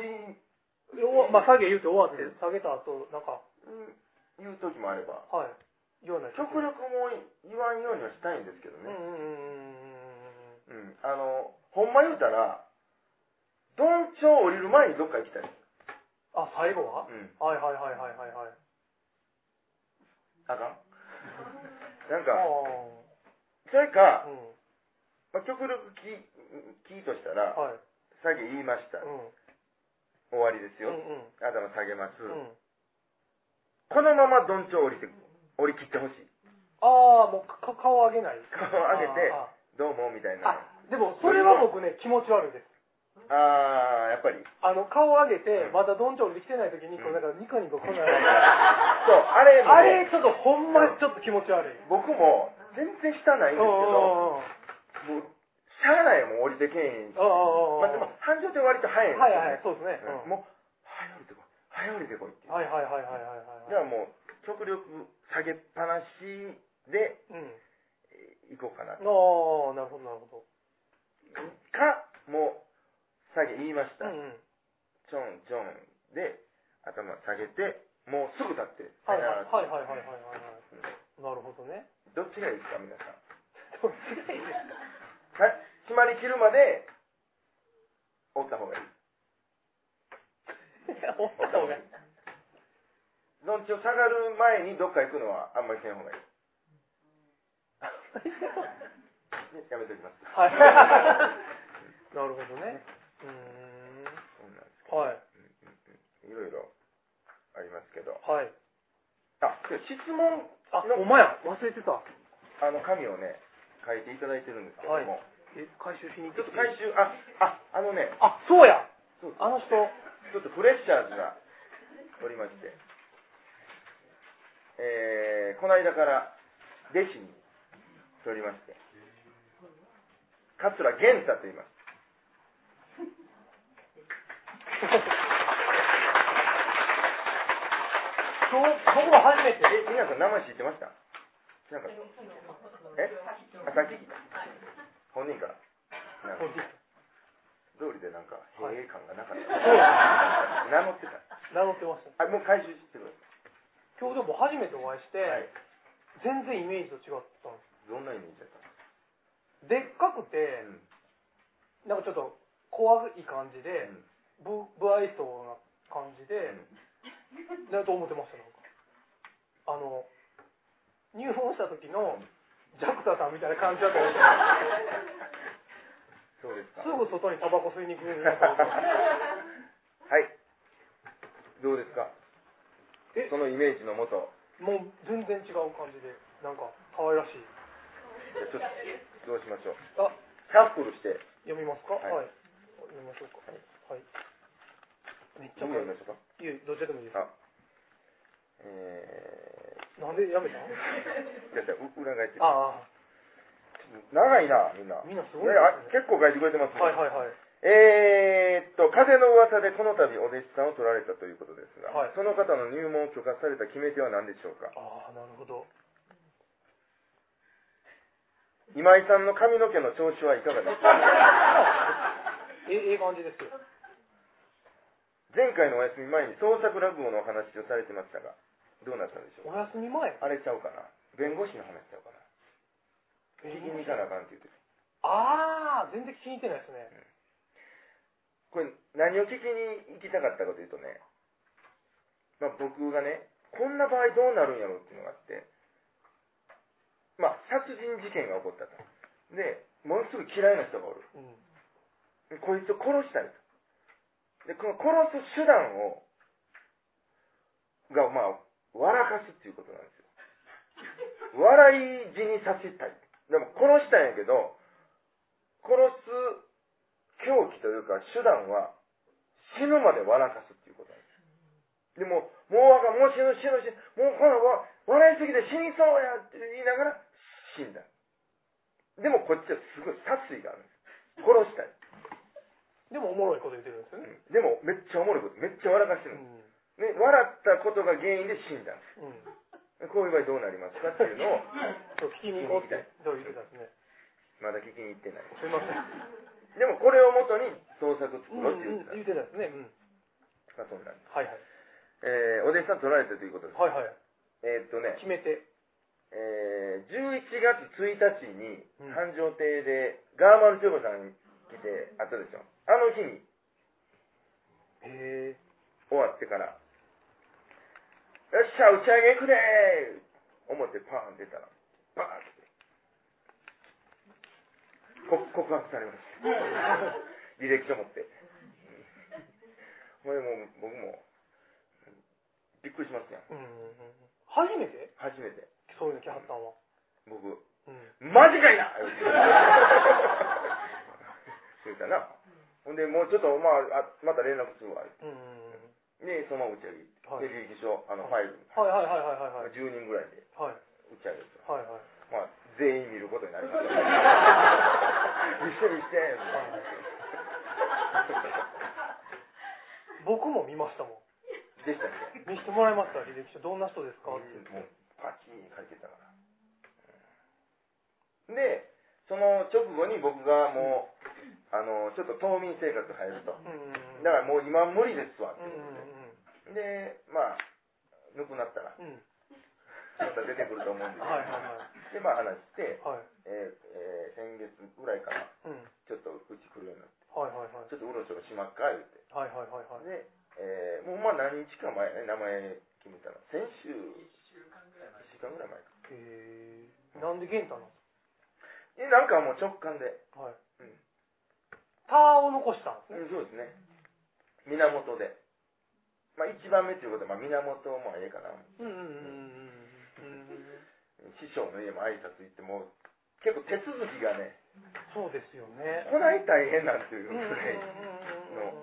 [SPEAKER 1] リ
[SPEAKER 2] よまあ、下げ言うて終わって
[SPEAKER 1] うん、
[SPEAKER 2] 下げた後、なんか、
[SPEAKER 1] うん言う時もあれば
[SPEAKER 2] はい。言わない
[SPEAKER 1] 極力もう言わんようにはしたいんですけど
[SPEAKER 2] うんう
[SPEAKER 1] ね、
[SPEAKER 2] んうん
[SPEAKER 1] うんあのほんま言うたらどんちょう降りる前にどっか行きたい、
[SPEAKER 2] あ、最後は、
[SPEAKER 1] うん、
[SPEAKER 2] はいはいはいはいはいはい。
[SPEAKER 1] あ かんなん
[SPEAKER 2] あ
[SPEAKER 1] か
[SPEAKER 2] あ
[SPEAKER 1] それか、
[SPEAKER 2] ー。うん。
[SPEAKER 1] まあ、極力キーキーとしたら、
[SPEAKER 2] はい。
[SPEAKER 1] 下げ言いました、
[SPEAKER 2] うん。
[SPEAKER 1] 終わりです
[SPEAKER 2] うん
[SPEAKER 1] よ、頭下げます、
[SPEAKER 2] うん。うん。
[SPEAKER 1] このままどんちょう降りて降り切ってほしい
[SPEAKER 2] ああ、もうか顔上げない。
[SPEAKER 1] 顔を上げて
[SPEAKER 2] あ
[SPEAKER 1] どうもみたい
[SPEAKER 2] ー
[SPEAKER 1] な
[SPEAKER 2] ああ、でもそれは僕ね、気持ち悪いです。
[SPEAKER 1] あーやっぱり
[SPEAKER 2] あの、顔上げて
[SPEAKER 1] う、ん
[SPEAKER 2] まだどんちょんできてない時に、こうなんかニコニコこんな
[SPEAKER 1] そう
[SPEAKER 2] の
[SPEAKER 1] あれも
[SPEAKER 2] あれ、ちょっとほんま
[SPEAKER 1] うん
[SPEAKER 2] ちょっと気持ち悪い。
[SPEAKER 1] 僕も全然下ないんですけど
[SPEAKER 2] うんうんうん
[SPEAKER 1] もうしゃあないもん降りてけえへんし
[SPEAKER 2] うんうんうん
[SPEAKER 1] まあでも繁盛って割と早いん
[SPEAKER 2] はいはいはい、
[SPEAKER 1] ですよね
[SPEAKER 2] そうですね。
[SPEAKER 1] うんもう早降りてこい早降りてこいって
[SPEAKER 2] うんはいはいはいはいはいはい。
[SPEAKER 1] じゃあもう極力下げっぱなしで
[SPEAKER 2] うん。
[SPEAKER 1] えー行こうかな
[SPEAKER 2] ああ、なるほどなるほど。
[SPEAKER 1] かもう下げ言いまし
[SPEAKER 2] う
[SPEAKER 1] た、
[SPEAKER 2] んうん。
[SPEAKER 1] ちょんちょんで頭下げてもうすぐ立って
[SPEAKER 2] はい
[SPEAKER 1] さよなら
[SPEAKER 2] はいはいはいはいはいはい。なるほどね。
[SPEAKER 1] どっちがいいですか皆さん
[SPEAKER 2] どっちがいいですか
[SPEAKER 1] はい決まりきるまで折った方がいい
[SPEAKER 2] いや、おった方 がいい。
[SPEAKER 1] どんちを下がる前にどっか行くのはあんまりせん方がいい、ねやめておきます
[SPEAKER 2] はい。 なるほどね。うーん。
[SPEAKER 1] そうなんですけど、
[SPEAKER 2] はい。
[SPEAKER 1] い、ろいろありますけど
[SPEAKER 2] はい。
[SPEAKER 1] あで質問
[SPEAKER 2] あ、お前や、忘れてた。
[SPEAKER 1] あの紙をね書いていただいてるんですけども、
[SPEAKER 2] え、回収しに行っ
[SPEAKER 1] ち
[SPEAKER 2] て
[SPEAKER 1] ょっ
[SPEAKER 2] き
[SPEAKER 1] と
[SPEAKER 2] て
[SPEAKER 1] 回収あああのね
[SPEAKER 2] あ、そうや
[SPEAKER 1] そうそう
[SPEAKER 2] あの人。
[SPEAKER 1] ちょっとフレッシャーズがおりまして、えー、この間から弟子にしておりまして、桂源太と言います。
[SPEAKER 2] 今日、僕も初めて。
[SPEAKER 1] え、皆さん名前知ってました知らなかったえあ、さっき聞いた本人から。なんか通りでなんか、平
[SPEAKER 2] はい
[SPEAKER 1] 営感がなかった。
[SPEAKER 2] そう
[SPEAKER 1] 名乗ってた。
[SPEAKER 2] 名乗ってました。
[SPEAKER 1] あ、もう回収してくだ
[SPEAKER 2] 今日でも初めてお会いして、
[SPEAKER 1] さい。はい。
[SPEAKER 2] 全然イメージと違ったんで
[SPEAKER 1] どんなイメージだったの
[SPEAKER 2] す。でっかくて、
[SPEAKER 1] うん
[SPEAKER 2] なんかちょっと怖い感じで、
[SPEAKER 1] うん
[SPEAKER 2] ぶ不愛想な感じで、だと思ってましたなんかあの入門した時のジャクタさんみたいな感じだと思って
[SPEAKER 1] そうですか。
[SPEAKER 2] すぐ外にタバコ吸いに行くように なったこと
[SPEAKER 1] はい。どうですか
[SPEAKER 2] え
[SPEAKER 1] そのイメージのもと、
[SPEAKER 2] もう全然違う感じでなんか可愛らしい
[SPEAKER 1] じゃあちょっとどうしましょう。
[SPEAKER 2] あ
[SPEAKER 1] シャッフルして、
[SPEAKER 2] 読みますか
[SPEAKER 1] は
[SPEAKER 2] はいい、読みましょうかはいめっちゃ可
[SPEAKER 1] 読み
[SPEAKER 2] 愛い
[SPEAKER 1] ましょうか。
[SPEAKER 2] いえどっちでもいいです
[SPEAKER 1] あ、え
[SPEAKER 2] なんでやめた の
[SPEAKER 1] ー、じゃあじゃあう裏返って。
[SPEAKER 2] ああ
[SPEAKER 1] 長いな、みんな。
[SPEAKER 2] みんなすごい
[SPEAKER 1] ね
[SPEAKER 2] で
[SPEAKER 1] あ
[SPEAKER 2] すね
[SPEAKER 1] 結構書いてくれてますね。
[SPEAKER 2] はいはいはい
[SPEAKER 1] えーっと、風の噂でこの度お弟子さんを取られたということですが、
[SPEAKER 2] はい
[SPEAKER 1] その方の入門を許可された決め手は何でしょうか
[SPEAKER 2] ああなるほど
[SPEAKER 1] 今井さんの髪の毛の調子はいかがですか
[SPEAKER 2] えええ感じですよ
[SPEAKER 1] 前回のお休み前に創作落語のお話をされてましたが、どうなったんでしょう
[SPEAKER 2] お休み前
[SPEAKER 1] あれちゃうかな弁護士の話ちゃうかな聞きに行かなあかんって言ってた
[SPEAKER 2] ああ全然気に入ってないですね
[SPEAKER 1] これ、何を聞きに行きたかったかというとね、まあ、僕がね、こんな場合どうなるんやろうっていうのがあって、まあ、殺人事件が起こったと。で、ものすごい嫌いな人がおる。
[SPEAKER 2] うん
[SPEAKER 1] でこいつを殺したいと。で、この殺す手段を、が、まあ、笑かすっていうことなんですよ。笑い死にさせたい。でも殺したんやけど、殺す狂気というか手段は死ぬまで笑かすっていうことなんです。でも、もうあかん、もう死ぬ、死ぬ、死ぬ、もうこのわ笑いすぎて死にそうやって言いながら死んだ。でもこっちはすごい殺意があるんです。殺したい。
[SPEAKER 2] でもおもろいこと言ってるんですよ
[SPEAKER 1] う
[SPEAKER 2] ね。
[SPEAKER 1] んでもめっちゃおもろいこと、めっちゃ笑かし
[SPEAKER 2] う
[SPEAKER 1] てるんで
[SPEAKER 2] ん。
[SPEAKER 1] す。ね、笑ったことが原因で死んだん
[SPEAKER 2] うん。
[SPEAKER 1] です。こういう場合どうなりますかっていうのを、
[SPEAKER 2] そう、聞きに行こうって、そう言ってたんですね。
[SPEAKER 1] まだ聞きに行って ない。
[SPEAKER 2] すいません。
[SPEAKER 1] でもこれをもとに創作作
[SPEAKER 2] うん
[SPEAKER 1] ろうって
[SPEAKER 2] う
[SPEAKER 1] 言っ
[SPEAKER 2] ん、
[SPEAKER 1] てたん
[SPEAKER 2] 言っ
[SPEAKER 1] で
[SPEAKER 2] て
[SPEAKER 1] す
[SPEAKER 2] たんですね。うん。
[SPEAKER 1] まあそうなんです。
[SPEAKER 2] はいはい。
[SPEAKER 1] えーお弟子さん取られたということです。
[SPEAKER 2] はいはい。
[SPEAKER 1] えーっとね、
[SPEAKER 2] 決めて。
[SPEAKER 1] えー11月1日に
[SPEAKER 2] うん
[SPEAKER 1] 繁盛亭でガーマルチョコさん来てあったでしょ。あの日に
[SPEAKER 2] へえ。
[SPEAKER 1] 終わってから、よっしゃ、打ち上げ行くでー思ってパーン出たら、バーンって。こ告白されました。 履歴書持って。これもう僕も、びっくりしますやん。
[SPEAKER 2] うんうんうん。初めて
[SPEAKER 1] 初めて。
[SPEAKER 2] そういうの来はったんは。
[SPEAKER 1] 僕、
[SPEAKER 2] うん。
[SPEAKER 1] マジかいな言うたな。ほんで、もうちょっと、まあ、あまた連絡するわ。
[SPEAKER 2] うんうんうん。
[SPEAKER 1] で、そのまま打ち上げ行っ
[SPEAKER 2] はい
[SPEAKER 1] て、で履歴書、あの、ファイルに、
[SPEAKER 2] はいはいはいはいはいはい。
[SPEAKER 1] 10人ぐらいで
[SPEAKER 2] はい
[SPEAKER 1] 打ち上げて。
[SPEAKER 2] はいはい。
[SPEAKER 1] まあ、全員見ることになりました。一緒にして、
[SPEAKER 2] 僕も見ましたもん。
[SPEAKER 1] でしたね。
[SPEAKER 2] 見せてもらいました、履歴書。どんな人ですか
[SPEAKER 1] も
[SPEAKER 2] って。
[SPEAKER 1] う、パチン書いてたから。うんで、その直後に僕がもう、あの、ちょっと冬眠生活入ると。
[SPEAKER 2] うんうんうん。
[SPEAKER 1] だからもう今無理ですわって
[SPEAKER 2] うんうん
[SPEAKER 1] ことで。で、まあ、ぬくなったら、
[SPEAKER 2] うん。うん。
[SPEAKER 1] また出てくると思うんですけど
[SPEAKER 2] はいはいは
[SPEAKER 1] で、まあ話して、
[SPEAKER 2] い。はい。
[SPEAKER 1] えーえー先月ぐらいから、
[SPEAKER 2] うん。
[SPEAKER 1] ちょっとうち来るようになって、
[SPEAKER 2] はいはいはい。
[SPEAKER 1] ちょっとうろちょろしまっか、言って。
[SPEAKER 2] はいはいはいはい。
[SPEAKER 1] で、えーもうまあ何日か前ね、名前決めたら、先週、1週間ぐらい前か。
[SPEAKER 2] へえ。なんで玄太なの
[SPEAKER 1] え、なんかもう直感で、
[SPEAKER 2] はい。
[SPEAKER 1] うん
[SPEAKER 2] ターを残したんですね。
[SPEAKER 1] うん、そうですね。源で。まあ、一番目ということは、まあ、源もええかな。
[SPEAKER 2] うんうんうんうん。
[SPEAKER 1] 師匠の家も挨拶行っても、結構手続きがね、
[SPEAKER 2] そうですよね。
[SPEAKER 1] こない大変なんていう
[SPEAKER 2] う
[SPEAKER 1] うん
[SPEAKER 2] んうん
[SPEAKER 1] ぐらい。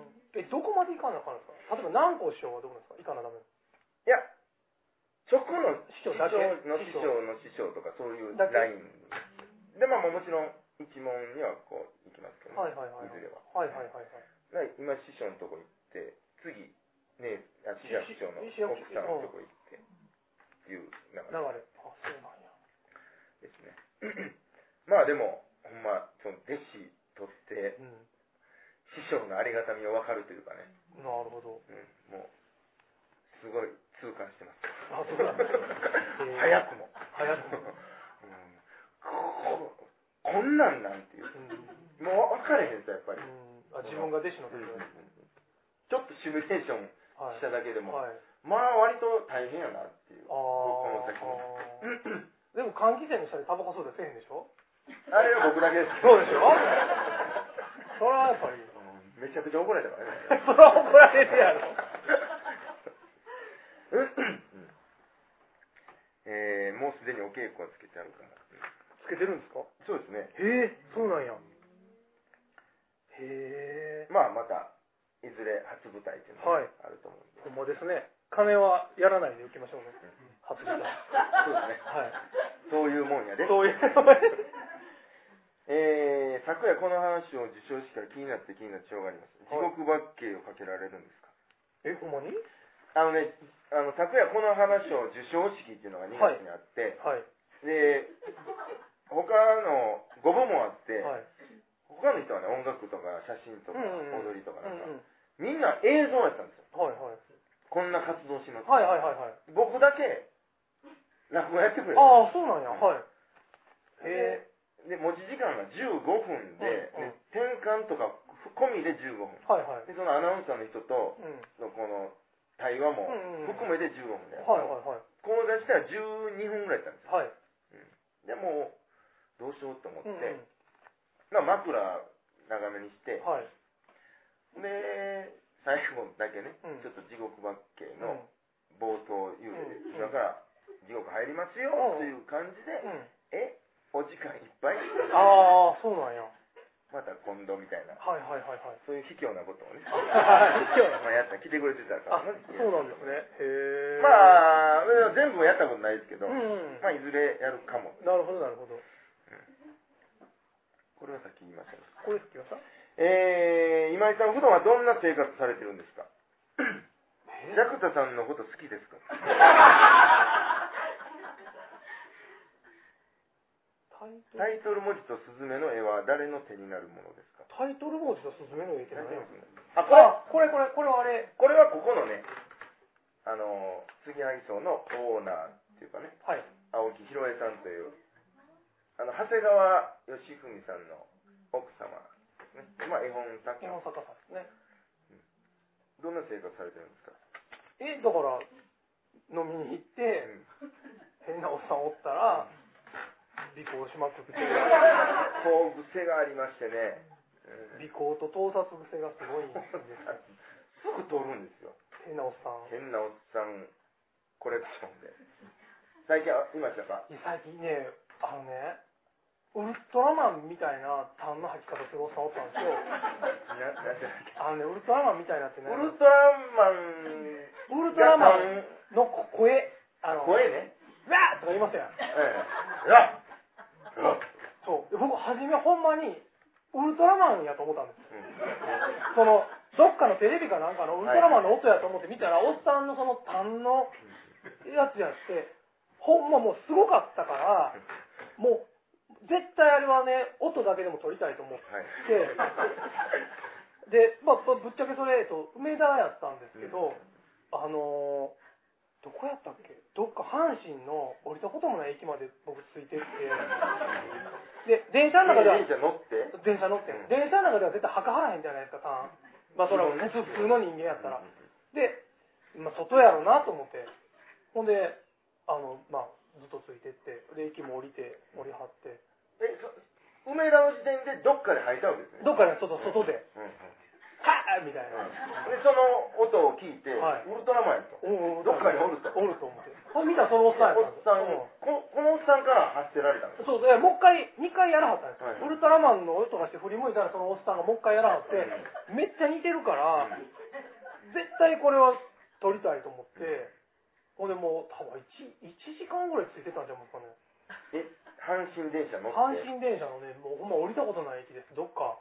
[SPEAKER 2] うんうん。え、どこまで行かなあかんのですか例えば南光師匠はどうなんですか行かなダメなんです
[SPEAKER 1] いや、そこの
[SPEAKER 2] 師
[SPEAKER 1] 師
[SPEAKER 2] 匠
[SPEAKER 1] 匠
[SPEAKER 2] だけ
[SPEAKER 1] の師匠の師匠とかそういう
[SPEAKER 2] だけ
[SPEAKER 1] ライン。で、まあ、もちろん、一門にはこう、行きますけど
[SPEAKER 2] かは
[SPEAKER 1] ね、
[SPEAKER 2] いはいはい
[SPEAKER 1] いずれは。
[SPEAKER 2] はい。はいはいはいはい。
[SPEAKER 1] だから今、師匠のとこ行って、次、ね、あ、師匠師匠の
[SPEAKER 2] 師匠
[SPEAKER 1] 奥さんのとこ行って、いう流
[SPEAKER 2] 流れ。あ、
[SPEAKER 1] れ
[SPEAKER 2] そうなんや。
[SPEAKER 1] ですね。 まあでも、ほんま、その弟子とって、
[SPEAKER 2] うん。
[SPEAKER 1] 師匠のありがたみを分かるというかね、
[SPEAKER 2] なるほど。
[SPEAKER 1] うん、もう、すごい痛感してます。
[SPEAKER 2] あそうなんですねへ え
[SPEAKER 1] 早くも。
[SPEAKER 2] 早くも
[SPEAKER 1] うんここんなんなんていう。
[SPEAKER 2] うん。
[SPEAKER 1] もう分かれへんさ、やっぱり。
[SPEAKER 2] うん、あ自分が弟子の時
[SPEAKER 1] うん
[SPEAKER 2] に、
[SPEAKER 1] ちょっとシミュレーション
[SPEAKER 2] はい。
[SPEAKER 1] しただけでも、
[SPEAKER 2] はい。
[SPEAKER 1] まあ割と大変やなっていう。
[SPEAKER 2] あ
[SPEAKER 1] この先も。
[SPEAKER 2] あ。 でも換気扇の下でタバコ吸うてせえへんでしょ
[SPEAKER 1] あれは僕だけです。
[SPEAKER 2] そうでしょそれはやっぱり。
[SPEAKER 1] うんめちゃくちゃ怒られたから ね。
[SPEAKER 2] それは怒られるやろ。
[SPEAKER 1] うん えー、もうすでにお稽古はつけてあるから。
[SPEAKER 2] つけてるんですか
[SPEAKER 1] そうですね。
[SPEAKER 2] へえ、そうなんや。へえ。
[SPEAKER 1] まあ、また、いずれ初舞台っていうのが
[SPEAKER 2] はい
[SPEAKER 1] あると思うんで。
[SPEAKER 2] ほんまですね。金はやらないでおきましょうね。初めて。
[SPEAKER 1] そうですね。
[SPEAKER 2] はい。
[SPEAKER 1] そういうもんやで。
[SPEAKER 2] そういう。
[SPEAKER 1] えー、昨夜この話を受賞式から気になって気になってしょうがあります。地
[SPEAKER 2] はい
[SPEAKER 1] 獄ばっけをかけられるんですか
[SPEAKER 2] え、ほんまに
[SPEAKER 1] あのね、あの、昨夜この話を受賞式っていうのが2月にあって、
[SPEAKER 2] はい。
[SPEAKER 1] で、他の5部もあって、
[SPEAKER 2] はい。
[SPEAKER 1] 他の人はね、音楽とか写真と
[SPEAKER 2] う
[SPEAKER 1] か
[SPEAKER 2] んうんうん。
[SPEAKER 1] 踊りとかなんか、
[SPEAKER 2] うんうん
[SPEAKER 1] みんな映像やったんですよ。
[SPEAKER 2] はいはい。
[SPEAKER 1] こんな活動します。
[SPEAKER 2] はいはいはいはい。
[SPEAKER 1] 僕だけ、落語やってくれる。
[SPEAKER 2] ああ、そうなんや。はい。へえ。
[SPEAKER 1] でで、持ち時間が15分で、
[SPEAKER 2] うんうん
[SPEAKER 1] で転換とか込みで15分。
[SPEAKER 2] はいはい。
[SPEAKER 1] で、そのアナウンサーの人
[SPEAKER 2] う
[SPEAKER 1] と、
[SPEAKER 2] ん。
[SPEAKER 1] そのこの対話も
[SPEAKER 2] うんうんうん
[SPEAKER 1] 含めて15分で、
[SPEAKER 2] はいはいはい。
[SPEAKER 1] 講座したら12分ぐらいやったんです
[SPEAKER 2] はい。
[SPEAKER 1] よ。で、もう、どうしようと思って、
[SPEAKER 2] うんうん。
[SPEAKER 1] まあ枕長めにして、
[SPEAKER 2] はい。
[SPEAKER 1] で、最後だけね、
[SPEAKER 2] うん
[SPEAKER 1] ちょっと地獄ばっけ
[SPEAKER 2] うん
[SPEAKER 1] の、冒頭言うて、
[SPEAKER 2] うん
[SPEAKER 1] 今から地獄入りますよ
[SPEAKER 2] うん
[SPEAKER 1] という感じで、
[SPEAKER 2] うん。
[SPEAKER 1] えお時間いっぱい
[SPEAKER 2] ああ、そうなんや。
[SPEAKER 1] また今度みたいな
[SPEAKER 2] はいはいはいはい。
[SPEAKER 1] そういう卑怯なことをね
[SPEAKER 2] はい卑怯な
[SPEAKER 1] まあやった来てくれてたか
[SPEAKER 2] あ
[SPEAKER 1] ら、ね
[SPEAKER 2] そうなんですね。へえ。
[SPEAKER 1] ま
[SPEAKER 2] あ、
[SPEAKER 1] あ全部はやったことないですけど、
[SPEAKER 2] うんうん。
[SPEAKER 1] まあいずれやるかも
[SPEAKER 2] なるほどなるほど。
[SPEAKER 1] これはさっき言いましたけど
[SPEAKER 2] これ好きました
[SPEAKER 1] えー、今井さん普段はどんな生活されてるんですかジャクタさんのこと好きですか
[SPEAKER 2] タイト
[SPEAKER 1] タ
[SPEAKER 2] ル、
[SPEAKER 1] イトル文字とスズメの絵は誰の手になるものですか
[SPEAKER 2] タイトル文字とスズメの絵って何や
[SPEAKER 1] あこれ
[SPEAKER 2] あ、これこれ、これはあれ。
[SPEAKER 1] これはここのねあの杉萩町のオーナーっていうかね
[SPEAKER 2] はい。
[SPEAKER 1] 青木宏恵さんというあの長谷川義文さんの奥様ですねまあ絵本作家
[SPEAKER 2] 山坂さんですね。
[SPEAKER 1] どんな生活されてるんですか
[SPEAKER 2] え、だから、飲みに行って、変なおっさんおったら、尾行しまくって、
[SPEAKER 1] こう癖がありましてね、
[SPEAKER 2] 尾
[SPEAKER 1] うん
[SPEAKER 2] 行と盗撮癖がすごいん ですよ。
[SPEAKER 1] すぐ撮るんですよ
[SPEAKER 2] 変なおっさん。
[SPEAKER 1] 変なおっさんコレクションで最近あいましたか
[SPEAKER 2] いや最近ね、あのね、ウルトラマンみたいな痰の吐き方するおっさんおったんですよ。
[SPEAKER 1] ななんてウ
[SPEAKER 2] あのね、ウルトラマンみたいなってね、
[SPEAKER 1] ルトラマン
[SPEAKER 2] ウルトラマン
[SPEAKER 1] ン
[SPEAKER 2] の声、あの、
[SPEAKER 1] 声ね
[SPEAKER 2] わーとか言いますやん。
[SPEAKER 1] ええラッラッ
[SPEAKER 2] そう。で僕、初めほんまに、ウルトラマンやと思ったんです。
[SPEAKER 1] うん
[SPEAKER 2] その、どっかのテレビかなんかのウルトラマンの音やと思って見たら、おっさんのその痰のやつやって、ほんまもうすごかったから、もう、絶対あれはね、音だけでも撮りたいと思って、
[SPEAKER 1] はい
[SPEAKER 2] で、まあ、ぶぶっちゃけそれ、えっと、梅田やったんですけど、あのーどこやったっけどっか阪神の降りたこともない駅まで僕ついてって、で、電車の中では
[SPEAKER 1] ええ、じゃあ乗って
[SPEAKER 2] 電車乗ってんの電車の中では絶対はかはらへんじゃないですか、ターン。まあ、それは普通の人間やったら。で、まあ、外やろうなと思って。ほんで、あの、まあ、ずっとついてって、で、駅も降りて、降りはって、
[SPEAKER 1] えそ梅田の時点でどっかで吐いたわけですね
[SPEAKER 2] どっかで外、外で、
[SPEAKER 1] うんうんうん
[SPEAKER 2] はぁみたいな。
[SPEAKER 1] でその音を聞いて、
[SPEAKER 2] はい
[SPEAKER 1] ウルトラマンやと
[SPEAKER 2] おお
[SPEAKER 1] どっかにおると
[SPEAKER 2] おると思って。ほんで見たらそのおっさんや
[SPEAKER 1] お
[SPEAKER 2] っ
[SPEAKER 1] った
[SPEAKER 2] ん
[SPEAKER 1] さ
[SPEAKER 2] で
[SPEAKER 1] ん
[SPEAKER 2] すよ。
[SPEAKER 1] ここのおっさんから発せられたんです
[SPEAKER 2] そうでもう一回、二回やらはったんです、
[SPEAKER 1] は
[SPEAKER 2] ウ
[SPEAKER 1] い
[SPEAKER 2] ルトラマンの音がして振り向いたら、そのおっさんがもう一回やらはって、めっちゃ似てるから、絶対これは撮りたいと思って、ほんでもう、多分 1, 1時間ぐらいついてたんじゃないですかね。
[SPEAKER 1] え阪神電車乗
[SPEAKER 2] 阪
[SPEAKER 1] って
[SPEAKER 2] 神電車のね、もうほんま降りたことない駅です、どっか。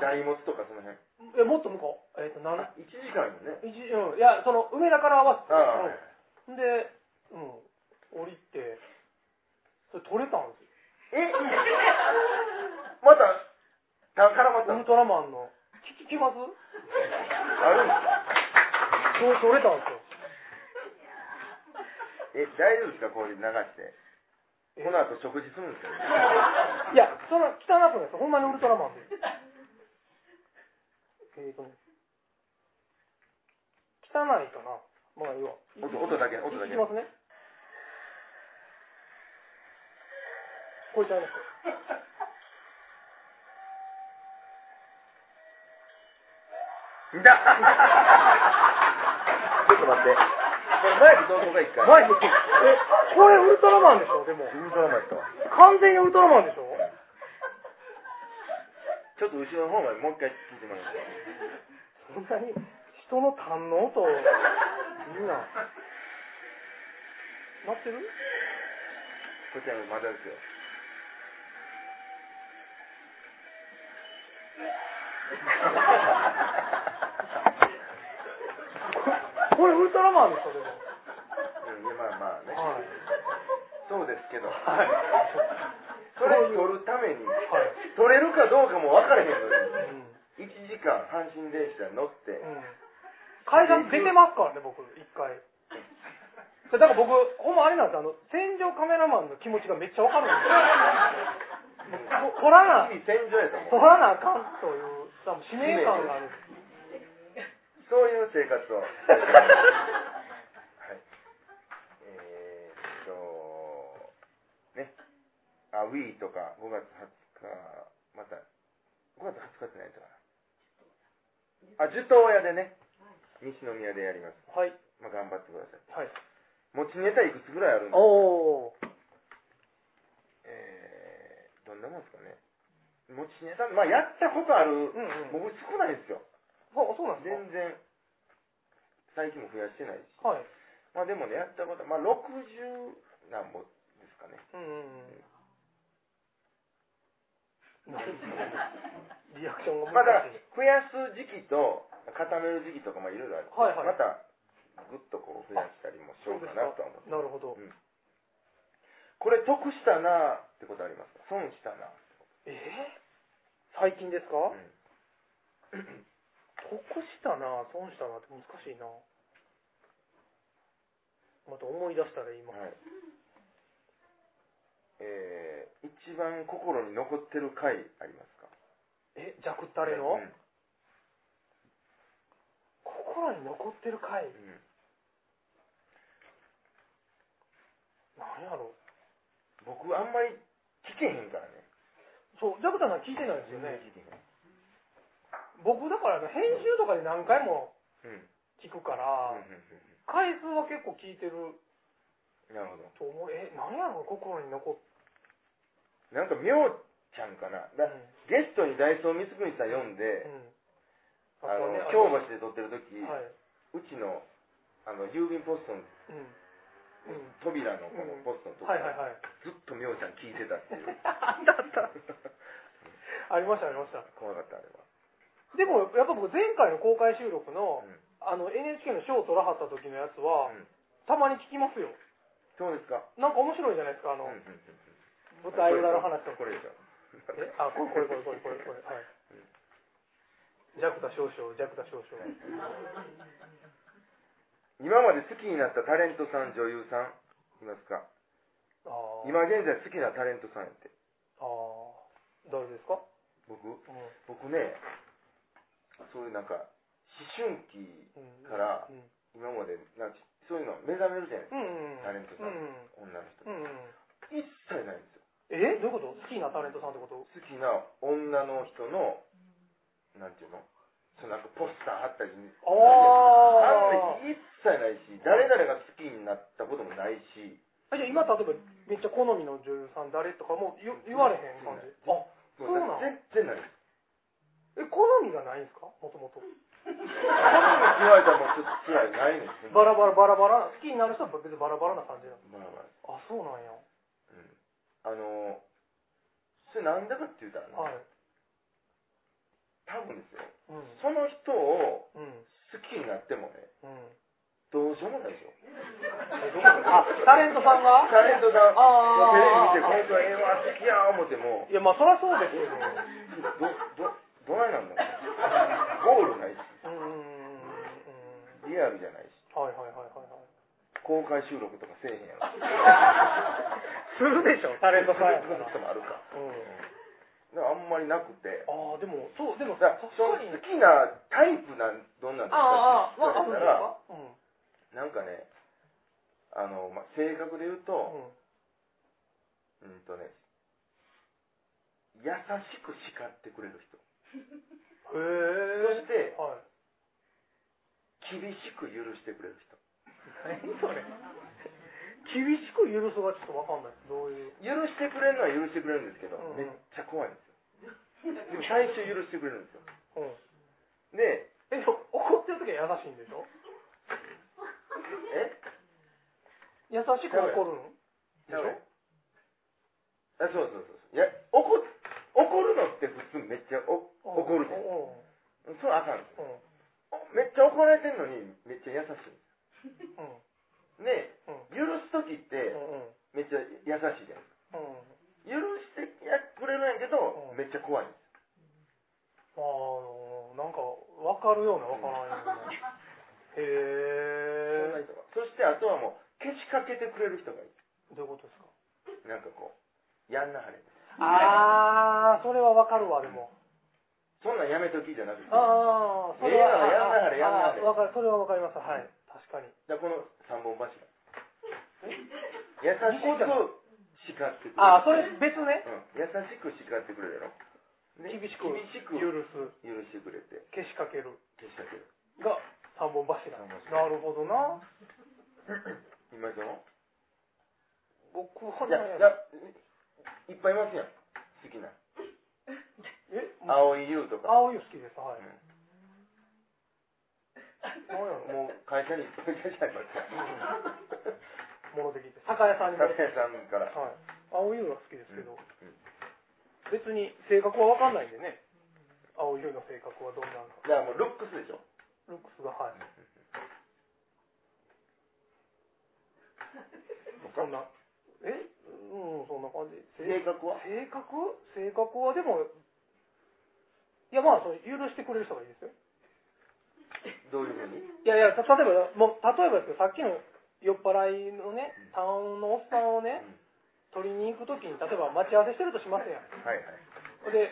[SPEAKER 1] 大物とかその辺
[SPEAKER 2] え、もっと向こう。えっ、と、なん、
[SPEAKER 1] あ1時間よね
[SPEAKER 2] 一うん、いや、その、梅田から合わせて、
[SPEAKER 1] ああ
[SPEAKER 2] うんで、うん、降りて、それ撮れたんですよ。
[SPEAKER 1] えまた宝また
[SPEAKER 2] ウルトラマンの、聞き聞きます
[SPEAKER 1] あるんで
[SPEAKER 2] そう
[SPEAKER 1] すか
[SPEAKER 2] 撮れたんですよ。
[SPEAKER 1] え大丈夫ですかこれ流して
[SPEAKER 2] え
[SPEAKER 1] この後食事するんですよ
[SPEAKER 2] いや、その汚くないです。ほんまにウルトラマンです。えーとね、汚いかな。まあ、要は。
[SPEAKER 1] 音音だけ音だ
[SPEAKER 2] い
[SPEAKER 1] け
[SPEAKER 2] きますね。これちゃいます。
[SPEAKER 1] いたちょっと待ってこれマイク同等がいいか
[SPEAKER 2] マイク、え、これウルトラマンでしょでも。
[SPEAKER 1] ウルトラマンやったわ
[SPEAKER 2] 完全にウルトラマンでしょ
[SPEAKER 1] ちょっと後ろの方までもう一回聞いてもらいます
[SPEAKER 2] そんなに人の痰の音を、みんな、鳴ってる
[SPEAKER 1] こちらのまだですよ
[SPEAKER 2] これウルトラマンでしょでも。
[SPEAKER 1] うんいやまあまあね
[SPEAKER 2] はい。
[SPEAKER 1] そうですけど
[SPEAKER 2] はい。
[SPEAKER 1] それを取るために
[SPEAKER 2] はい。
[SPEAKER 1] 取れるかどうかも分からへんの
[SPEAKER 2] う
[SPEAKER 1] に
[SPEAKER 2] ん
[SPEAKER 1] 1時間阪神電車に乗って
[SPEAKER 2] うん階段出てますからね、僕、一回。それだから僕、ほんまあれなんですよ、あの、戦場カメラマンの気持ちがめっちゃわかるんです よ。と撮らな、
[SPEAKER 1] 日々戦場やと
[SPEAKER 2] 撮
[SPEAKER 1] 思う
[SPEAKER 2] らなあかんという、多分使命感がある。
[SPEAKER 1] そういう生活をはいえーっとねあ WE とか5月20日また5月20日って何やったかなあ樹刀屋でね西宮でやります
[SPEAKER 2] はい。
[SPEAKER 1] まあ、頑張ってください。
[SPEAKER 2] はい。
[SPEAKER 1] 持ちネタいくつぐらいあるんですか
[SPEAKER 2] おお。
[SPEAKER 1] えー、どんなもんですかね。持ちネタ、まあ、やったことある
[SPEAKER 2] う、んうん。
[SPEAKER 1] 僕少ないですよ。
[SPEAKER 2] あ、そうなんです
[SPEAKER 1] 全然、最近も増やしてないし。
[SPEAKER 2] か。はい。
[SPEAKER 1] まあ、でもね、やったことは、まあ、60なんぼですかね。
[SPEAKER 2] うん うんうん。リアクションが
[SPEAKER 1] まあ、だから
[SPEAKER 2] 難しい。、
[SPEAKER 1] 増やす時期と、固める時期とか、まあ、いろいろある。
[SPEAKER 2] はいはい
[SPEAKER 1] また、ぐっとこう、増やしたりもしようかなとは思う。
[SPEAKER 2] なるほど。
[SPEAKER 1] これ、得したなってことありますか損したな。
[SPEAKER 2] えー最近ですか、
[SPEAKER 1] うん
[SPEAKER 2] 得したな、損したなって難しいな。また思い出したら今。
[SPEAKER 1] はい。えー、一番心に残ってる回ありますか
[SPEAKER 2] え、ジャクったれの、
[SPEAKER 1] うん
[SPEAKER 2] 心に残ってる回
[SPEAKER 1] うん
[SPEAKER 2] なんやろ
[SPEAKER 1] 僕、あんまり聞けへんからね。
[SPEAKER 2] そう、ジャクタさん聞いてないですよ
[SPEAKER 1] 全然
[SPEAKER 2] ね。
[SPEAKER 1] 聞けへん。
[SPEAKER 2] 僕だからね、編集とかで何回も
[SPEAKER 1] うん。
[SPEAKER 2] 聞くか
[SPEAKER 1] うん
[SPEAKER 2] ら、
[SPEAKER 1] うん
[SPEAKER 2] 回数は結構聞いてる
[SPEAKER 1] うんなるほど。
[SPEAKER 2] と思う。え、なんやろ心に残っ
[SPEAKER 1] なんか、みょうちゃんかな。
[SPEAKER 2] て
[SPEAKER 1] だゲストにダイソー三つさん読ん
[SPEAKER 2] う
[SPEAKER 1] で、
[SPEAKER 2] ん。
[SPEAKER 1] あの、
[SPEAKER 2] と
[SPEAKER 1] 京橋で撮ってる時、
[SPEAKER 2] はいう
[SPEAKER 1] ちの、あの、郵便ポストの、
[SPEAKER 2] うん。うん。
[SPEAKER 1] 扉のこのポストのとこ
[SPEAKER 2] はいはいは い。
[SPEAKER 1] ずっとみょうちゃん聞いてたっていう。
[SPEAKER 2] あったあった。ありましたありました。
[SPEAKER 1] 怖かった、あれは。
[SPEAKER 2] でも、やっぱ僕前回の公開収録の、
[SPEAKER 1] うん
[SPEAKER 2] あの NHK の賞を取らはった時のやつは、
[SPEAKER 1] うん
[SPEAKER 2] たまに聞きますよ。
[SPEAKER 1] そうですか。
[SPEAKER 2] なんか面白いじゃないですか、あの、
[SPEAKER 1] うんうんうんうん
[SPEAKER 2] 舞台裏の話とか。
[SPEAKER 1] これでしょ。
[SPEAKER 2] えあ、これこれこれこれこれこれ。はい。ジャクタ少々、ジャクタ少々。
[SPEAKER 1] 今まで好きになったタレントさん、女優さん、いますか
[SPEAKER 2] あー
[SPEAKER 1] 今現在好きなタレントさんやって。
[SPEAKER 2] あー誰ですか
[SPEAKER 1] 僕
[SPEAKER 2] うん。
[SPEAKER 1] 僕ね、そういうなんか、思春期
[SPEAKER 2] うん
[SPEAKER 1] から
[SPEAKER 2] うん。
[SPEAKER 1] 今まで、なんかそういうの目覚めるじゃないですか。
[SPEAKER 2] うん。
[SPEAKER 1] タレントさん
[SPEAKER 2] うん。
[SPEAKER 1] 女の人。
[SPEAKER 2] うんうん。
[SPEAKER 1] 一切ないんですよ。
[SPEAKER 2] えどういうこと好きなタレントさんってこと
[SPEAKER 1] 好きな女の人の、なんていうのそのなんかポスター貼ったり、
[SPEAKER 2] あ
[SPEAKER 1] あ
[SPEAKER 2] あ
[SPEAKER 1] んな一切ないし、誰々が好きになったこともないし、
[SPEAKER 2] あじゃあ今例えばめっちゃ好みの女優さん誰とかも言言われへん感じあそうなの
[SPEAKER 1] 全然ないです。
[SPEAKER 2] え好みがないんですかもともと
[SPEAKER 1] 言われたらもうちょっと辛い、ないんですよ。
[SPEAKER 2] バラバラバラバラ好きになる人は別にバラバラな感じなの
[SPEAKER 1] バラバラ。
[SPEAKER 2] あそうなんや
[SPEAKER 1] うんあのー、それなんでかって言うたらね、
[SPEAKER 2] はい
[SPEAKER 1] 多分ですよ、
[SPEAKER 2] うん
[SPEAKER 1] その人を
[SPEAKER 2] うん
[SPEAKER 1] 好きになってもね、
[SPEAKER 2] うん
[SPEAKER 1] どうしようもないでしょ。
[SPEAKER 2] えどういうことあタレントさんが
[SPEAKER 1] タレントさん、ま
[SPEAKER 2] あ
[SPEAKER 1] あ
[SPEAKER 2] ー
[SPEAKER 1] テレビ見て、この人ええわ、好きや思っても、
[SPEAKER 2] いやまあそりゃそうですけど
[SPEAKER 1] ど、ど、どないなんだろう。ゴールないし、
[SPEAKER 2] うんうんうんうんうん
[SPEAKER 1] リアルじゃないし、
[SPEAKER 2] はいはいはいはいはい
[SPEAKER 1] 公開収録とかせえへんやろ。
[SPEAKER 2] するでしょタレントさんやか
[SPEAKER 1] そうい
[SPEAKER 2] ら
[SPEAKER 1] うこともあるか。
[SPEAKER 2] うん
[SPEAKER 1] だからあんまりなくて、
[SPEAKER 2] ああでもそうでも
[SPEAKER 1] だから
[SPEAKER 2] 確
[SPEAKER 1] その
[SPEAKER 2] かに
[SPEAKER 1] 好きなタイプなん、どんなんですか
[SPEAKER 2] ああああまああるんですかうん
[SPEAKER 1] なんかね、あの、まあ、性格で言うと、
[SPEAKER 2] うん
[SPEAKER 1] うんとね、優しく叱ってくれる人。
[SPEAKER 2] へえ
[SPEAKER 1] そして、
[SPEAKER 2] はい
[SPEAKER 1] 厳しく許してくれる人。
[SPEAKER 2] 何それ厳しく許すがちょっとわかんないどういう
[SPEAKER 1] 許してくれるのは許してくれるんですけど、
[SPEAKER 2] うんうん
[SPEAKER 1] めっちゃ怖いんですよ。でも最初許してくれるんですよ。
[SPEAKER 2] うん
[SPEAKER 1] で、
[SPEAKER 2] えでも怒ってる時は優しいんでしょ
[SPEAKER 1] え
[SPEAKER 2] 優しく怒るの
[SPEAKER 1] だからあそうそうそうそう。いや、怒っ、怒るのって普通めっちゃお怒
[SPEAKER 2] う
[SPEAKER 1] る
[SPEAKER 2] ん
[SPEAKER 1] で
[SPEAKER 2] うん
[SPEAKER 1] す。そうあかんで
[SPEAKER 2] う
[SPEAKER 1] す。
[SPEAKER 2] ん
[SPEAKER 1] おめっちゃ怒られてんのに、めっちゃ優し
[SPEAKER 2] うん
[SPEAKER 1] い。で、
[SPEAKER 2] うん
[SPEAKER 1] 許すときっ
[SPEAKER 2] うん
[SPEAKER 1] て、
[SPEAKER 2] うん
[SPEAKER 1] めっちゃ優しいじゃん。
[SPEAKER 2] うん
[SPEAKER 1] 許してやくれないけど、
[SPEAKER 2] うん
[SPEAKER 1] めっちゃ怖いんです。
[SPEAKER 2] まああのなんかわかるようなわからないようなへ
[SPEAKER 1] そんな
[SPEAKER 2] え
[SPEAKER 1] 人がそしてあとはもう、けしかけてくれる人がいる。
[SPEAKER 2] どういうことですか
[SPEAKER 1] なんかこう、やんなはれ。
[SPEAKER 2] ああそれはわかるわでも
[SPEAKER 1] そんなんやめときじゃなくて、だか
[SPEAKER 2] ああそれ
[SPEAKER 1] ええ
[SPEAKER 2] は
[SPEAKER 1] やんなはれやんなはれ
[SPEAKER 2] あーわかるそれはわかりますはい確かに
[SPEAKER 1] らこの三本柱。優しく叱ってくれる。
[SPEAKER 2] ああそれ別ね
[SPEAKER 1] うん、優しく叱ってくれるやろ。で
[SPEAKER 2] 厳しく
[SPEAKER 1] 厳しく
[SPEAKER 2] 許す
[SPEAKER 1] 許してくれて、
[SPEAKER 2] けしかける
[SPEAKER 1] けしかける。
[SPEAKER 2] が三本柱
[SPEAKER 1] 三本柱。
[SPEAKER 2] なるほどな。
[SPEAKER 1] 今井さんは
[SPEAKER 2] 僕はい
[SPEAKER 1] や、
[SPEAKER 2] ね
[SPEAKER 1] いや、いっぱいいますやん。好きな。
[SPEAKER 2] え、もう
[SPEAKER 1] 青い優とか。
[SPEAKER 2] 青いの好きです。はい。なんやろ
[SPEAKER 1] もう会社にいっぱいいたじゃない ですか。
[SPEAKER 2] 物的って。 酒屋さんに。は
[SPEAKER 1] 酒屋さんから。
[SPEAKER 2] い。青いのが好きですけど、
[SPEAKER 1] うんうん
[SPEAKER 2] 別に性格はわかんないんでね。青いの性格はどんなのか。
[SPEAKER 1] だからもうルックスでしょ。
[SPEAKER 2] ルックスがはい。そんな。え、うん、そんな感じ。
[SPEAKER 1] 性格は
[SPEAKER 2] 性格性格はでもいやまあその誘導してくれる人がいいですよ
[SPEAKER 1] どういうふうに
[SPEAKER 2] いやいやた例えばもう例えばですけどさっきの酔っ払いのねタウンのおっさんをね
[SPEAKER 1] うん
[SPEAKER 2] 取りに行く時に例えば待ち合わせしてるとしますやん
[SPEAKER 1] はいはい。
[SPEAKER 2] で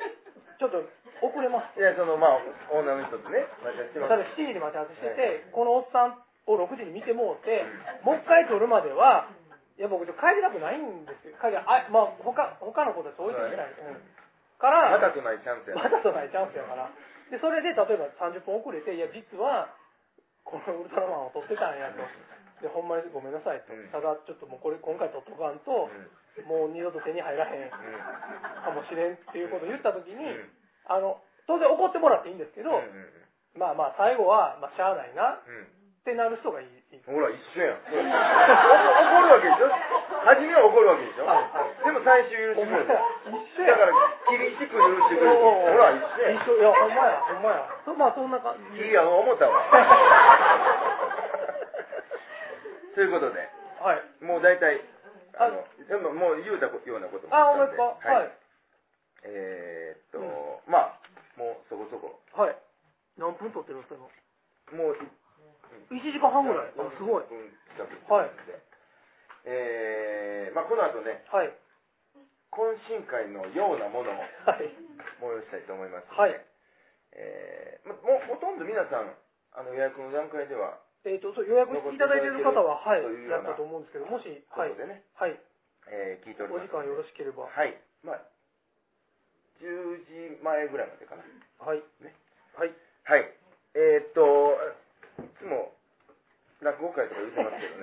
[SPEAKER 2] ちょっと遅れます
[SPEAKER 1] いや、その、まあ、女の人とね、またして
[SPEAKER 2] 例え
[SPEAKER 1] ま
[SPEAKER 2] ば7時に待ち合わ
[SPEAKER 1] す。
[SPEAKER 2] せしててこのおっさんを6時に見てもうてもう一回取るまではいや僕ちょっと帰りたくないんですよ帰りあまあ他他の子たち置いてきたい、うんから
[SPEAKER 1] またとないチャンスや
[SPEAKER 2] ま
[SPEAKER 1] な。
[SPEAKER 2] だとないチャンスやから。で、それで、例えば30分遅れて、いや、実は、このウルトラマンを撮ってたんやと。で、ほんまにごめんなさいと。
[SPEAKER 1] うん
[SPEAKER 2] ただ、ちょっともうこれ、今回撮っとかんと、もう二度と手に入らへんかもしれんっていうことを言ったときに、あの、当然怒ってもらっていいんですけど、
[SPEAKER 1] うんうん
[SPEAKER 2] まあまあ、最後は、まあ、しゃあないなっ
[SPEAKER 1] うん
[SPEAKER 2] てなる人がいい。
[SPEAKER 1] ほら、一緒 やん。怒怒るわけでしょ初めは怒るわけでしょ
[SPEAKER 2] はいはい
[SPEAKER 1] でも最終許して
[SPEAKER 2] お
[SPEAKER 1] く
[SPEAKER 2] 前
[SPEAKER 1] れる。
[SPEAKER 2] ら
[SPEAKER 1] だ
[SPEAKER 2] 一緒や
[SPEAKER 1] から、厳しく許してくれる。
[SPEAKER 2] おうおう
[SPEAKER 1] ほら、一緒やん。
[SPEAKER 2] 一緒。いや、ほんまや、ほんまや。そまあ、そんな感じ。
[SPEAKER 1] いいや、思ったわ。ということで、
[SPEAKER 2] はい。
[SPEAKER 1] もう大体、あ
[SPEAKER 2] あ、
[SPEAKER 1] のでももう言うたようなことも
[SPEAKER 2] あ、お
[SPEAKER 1] 言
[SPEAKER 2] め
[SPEAKER 1] っ
[SPEAKER 2] で
[SPEAKER 1] たん
[SPEAKER 2] とう。はい。
[SPEAKER 1] えーっと、
[SPEAKER 2] う
[SPEAKER 1] まあ、もうそこそこ。
[SPEAKER 2] はい。何分撮ってるんですか今
[SPEAKER 1] もう
[SPEAKER 2] 1時間半ぐらい。あ、すごい。
[SPEAKER 1] 40分近く
[SPEAKER 2] はい
[SPEAKER 1] えーまあ、この後ね、
[SPEAKER 2] はい。
[SPEAKER 1] 懇親会のようなものを
[SPEAKER 2] はい。
[SPEAKER 1] 催したいと思いますので。
[SPEAKER 2] はい
[SPEAKER 1] えーまもうほとんど皆さん、あの予約の段階では、
[SPEAKER 2] えっ、と、そう予約していただいている方は、はい、やったと思うんですけど、もし、
[SPEAKER 1] こ
[SPEAKER 2] はい
[SPEAKER 1] こ、でね、
[SPEAKER 2] はい、
[SPEAKER 1] えー聞いており
[SPEAKER 2] お
[SPEAKER 1] ます
[SPEAKER 2] 時間よろしければ、は
[SPEAKER 1] はい。まあ、10時前ぐらいまでか
[SPEAKER 2] い、
[SPEAKER 1] な。ね
[SPEAKER 2] はい、
[SPEAKER 1] はい。えーっと、いつも、落語会とか言ってますけど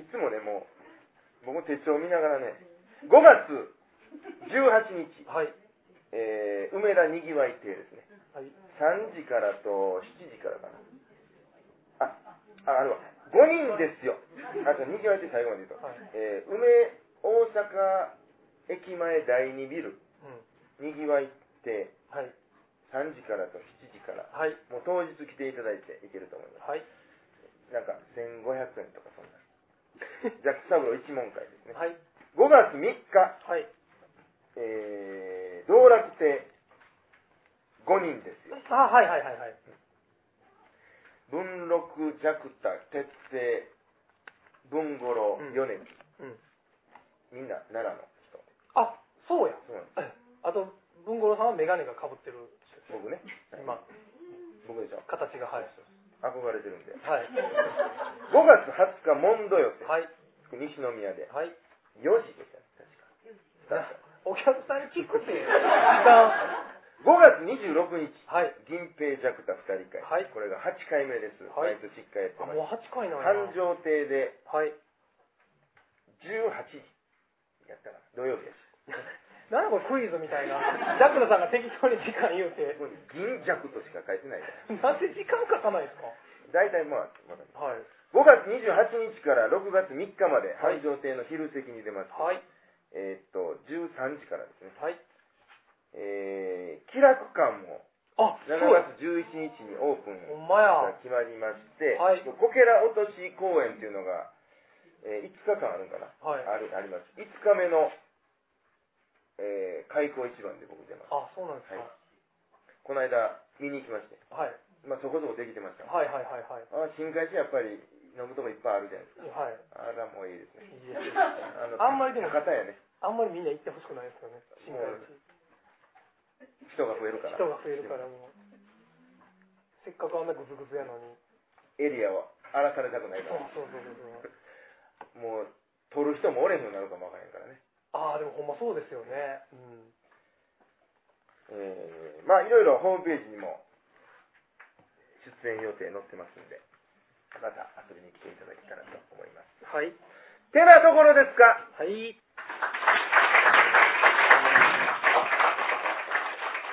[SPEAKER 1] いつもね、もう、僕も手帳見ながらね、5月18日、
[SPEAKER 2] はい、
[SPEAKER 1] えー、梅田にぎわい亭ですね。
[SPEAKER 2] はい、
[SPEAKER 1] 3時からと7時からかな。あ、あ、あるわ。5人ですよ。あと、にぎわい亭最後まで言うと。
[SPEAKER 2] はい、
[SPEAKER 1] えー、梅、大阪駅前第2ビル、
[SPEAKER 2] うん、
[SPEAKER 1] にぎわい亭、
[SPEAKER 2] はい、
[SPEAKER 1] 3時からと7時から。
[SPEAKER 2] はい、
[SPEAKER 1] もう当日来ていただいていけると思い ま
[SPEAKER 2] はい、
[SPEAKER 1] す。なんか1500円とかそんな。ジャックサブロー一問会ですね。
[SPEAKER 2] はい、
[SPEAKER 1] 5月3日、
[SPEAKER 2] はい、
[SPEAKER 1] えー、道楽亭5人ですよ。
[SPEAKER 2] あ、はい、はい、はい、はい、
[SPEAKER 1] 文禄、ジャクタ、鉄星、文五郎
[SPEAKER 2] うん、
[SPEAKER 1] 米津、
[SPEAKER 2] うん。
[SPEAKER 1] みんな奈良の人。
[SPEAKER 2] あ、そうや。
[SPEAKER 1] そうなんです。
[SPEAKER 2] あと、文五郎さんはメガネがかぶってる、
[SPEAKER 1] 僕ね。はい
[SPEAKER 2] 今、
[SPEAKER 1] 僕でしょ。
[SPEAKER 2] 形が、はい、
[SPEAKER 1] 憧れてるん
[SPEAKER 2] は
[SPEAKER 1] で。
[SPEAKER 2] い、
[SPEAKER 1] 5月20日、モンド寄
[SPEAKER 2] はい、
[SPEAKER 1] せ。西宮 で。
[SPEAKER 2] はい。
[SPEAKER 1] 4時でしたね、確か。
[SPEAKER 2] お客さんに聞くって、 時間、
[SPEAKER 1] 5月26日。
[SPEAKER 2] はい、
[SPEAKER 1] 銀平ジャクタ2人会、
[SPEAKER 2] はい
[SPEAKER 1] これが8回目です、
[SPEAKER 2] はい
[SPEAKER 1] 毎年1回やって
[SPEAKER 2] あ、
[SPEAKER 1] ま
[SPEAKER 2] もう
[SPEAKER 1] す
[SPEAKER 2] 8回なんや。
[SPEAKER 1] 繁盛亭で
[SPEAKER 2] はい。
[SPEAKER 1] 18時やったら土曜日です
[SPEAKER 2] なんだこれクイズみたいな。ジャクロさんが適当に時間言うて
[SPEAKER 1] こ。こに銀ジャクとしか書いてないから
[SPEAKER 2] なんで時間かかないですか
[SPEAKER 1] 大体まあわかる
[SPEAKER 2] はい。
[SPEAKER 1] 5月28日から6月3日まで
[SPEAKER 2] はい
[SPEAKER 1] 繁盛亭の昼席に出ます、
[SPEAKER 2] はい。
[SPEAKER 1] えーっと13時からですね
[SPEAKER 2] はい。
[SPEAKER 1] えー、気楽館も
[SPEAKER 2] あ、そ
[SPEAKER 1] 7
[SPEAKER 2] うや。
[SPEAKER 1] 月11日にオープン
[SPEAKER 2] ほんまや。
[SPEAKER 1] が決まりまして、
[SPEAKER 2] はい
[SPEAKER 1] こけら落とし公演っていうのが、え5日間あるんかな
[SPEAKER 2] はい。
[SPEAKER 1] あるあります。5日目の、えー開口一番で僕出ます。
[SPEAKER 2] あ、そうなんです
[SPEAKER 1] この間、見に行きまして、
[SPEAKER 2] か。はい。
[SPEAKER 1] まあ、そこそこできてました。あ
[SPEAKER 2] はいはいはいはい。
[SPEAKER 1] ー新開地やっぱり飲むとこいっぱいあるじゃないです
[SPEAKER 2] はい。
[SPEAKER 1] か。あら、もういいですね。
[SPEAKER 2] いいです
[SPEAKER 1] あの
[SPEAKER 2] あんまりでも
[SPEAKER 1] 高田やね。
[SPEAKER 2] あんまりみんな行ってほしくないですよね。新海地。
[SPEAKER 1] 人が増えるから。
[SPEAKER 2] 人が増えるからもう。せっかくあんなグズグズやのに。
[SPEAKER 1] エリアは荒らされたくない
[SPEAKER 2] そう
[SPEAKER 1] から。
[SPEAKER 2] そうそうそうそう。
[SPEAKER 1] もう、取る人もおれんようになるかもわからへんからね。
[SPEAKER 2] ああ、でもほんまそうですよね。うん。
[SPEAKER 1] えー、まあ、いろいろホームページにも、出出演予定載ってますんで、また遊びに来ていただけたらと思います。
[SPEAKER 2] はい。
[SPEAKER 1] てなところですか
[SPEAKER 2] はい。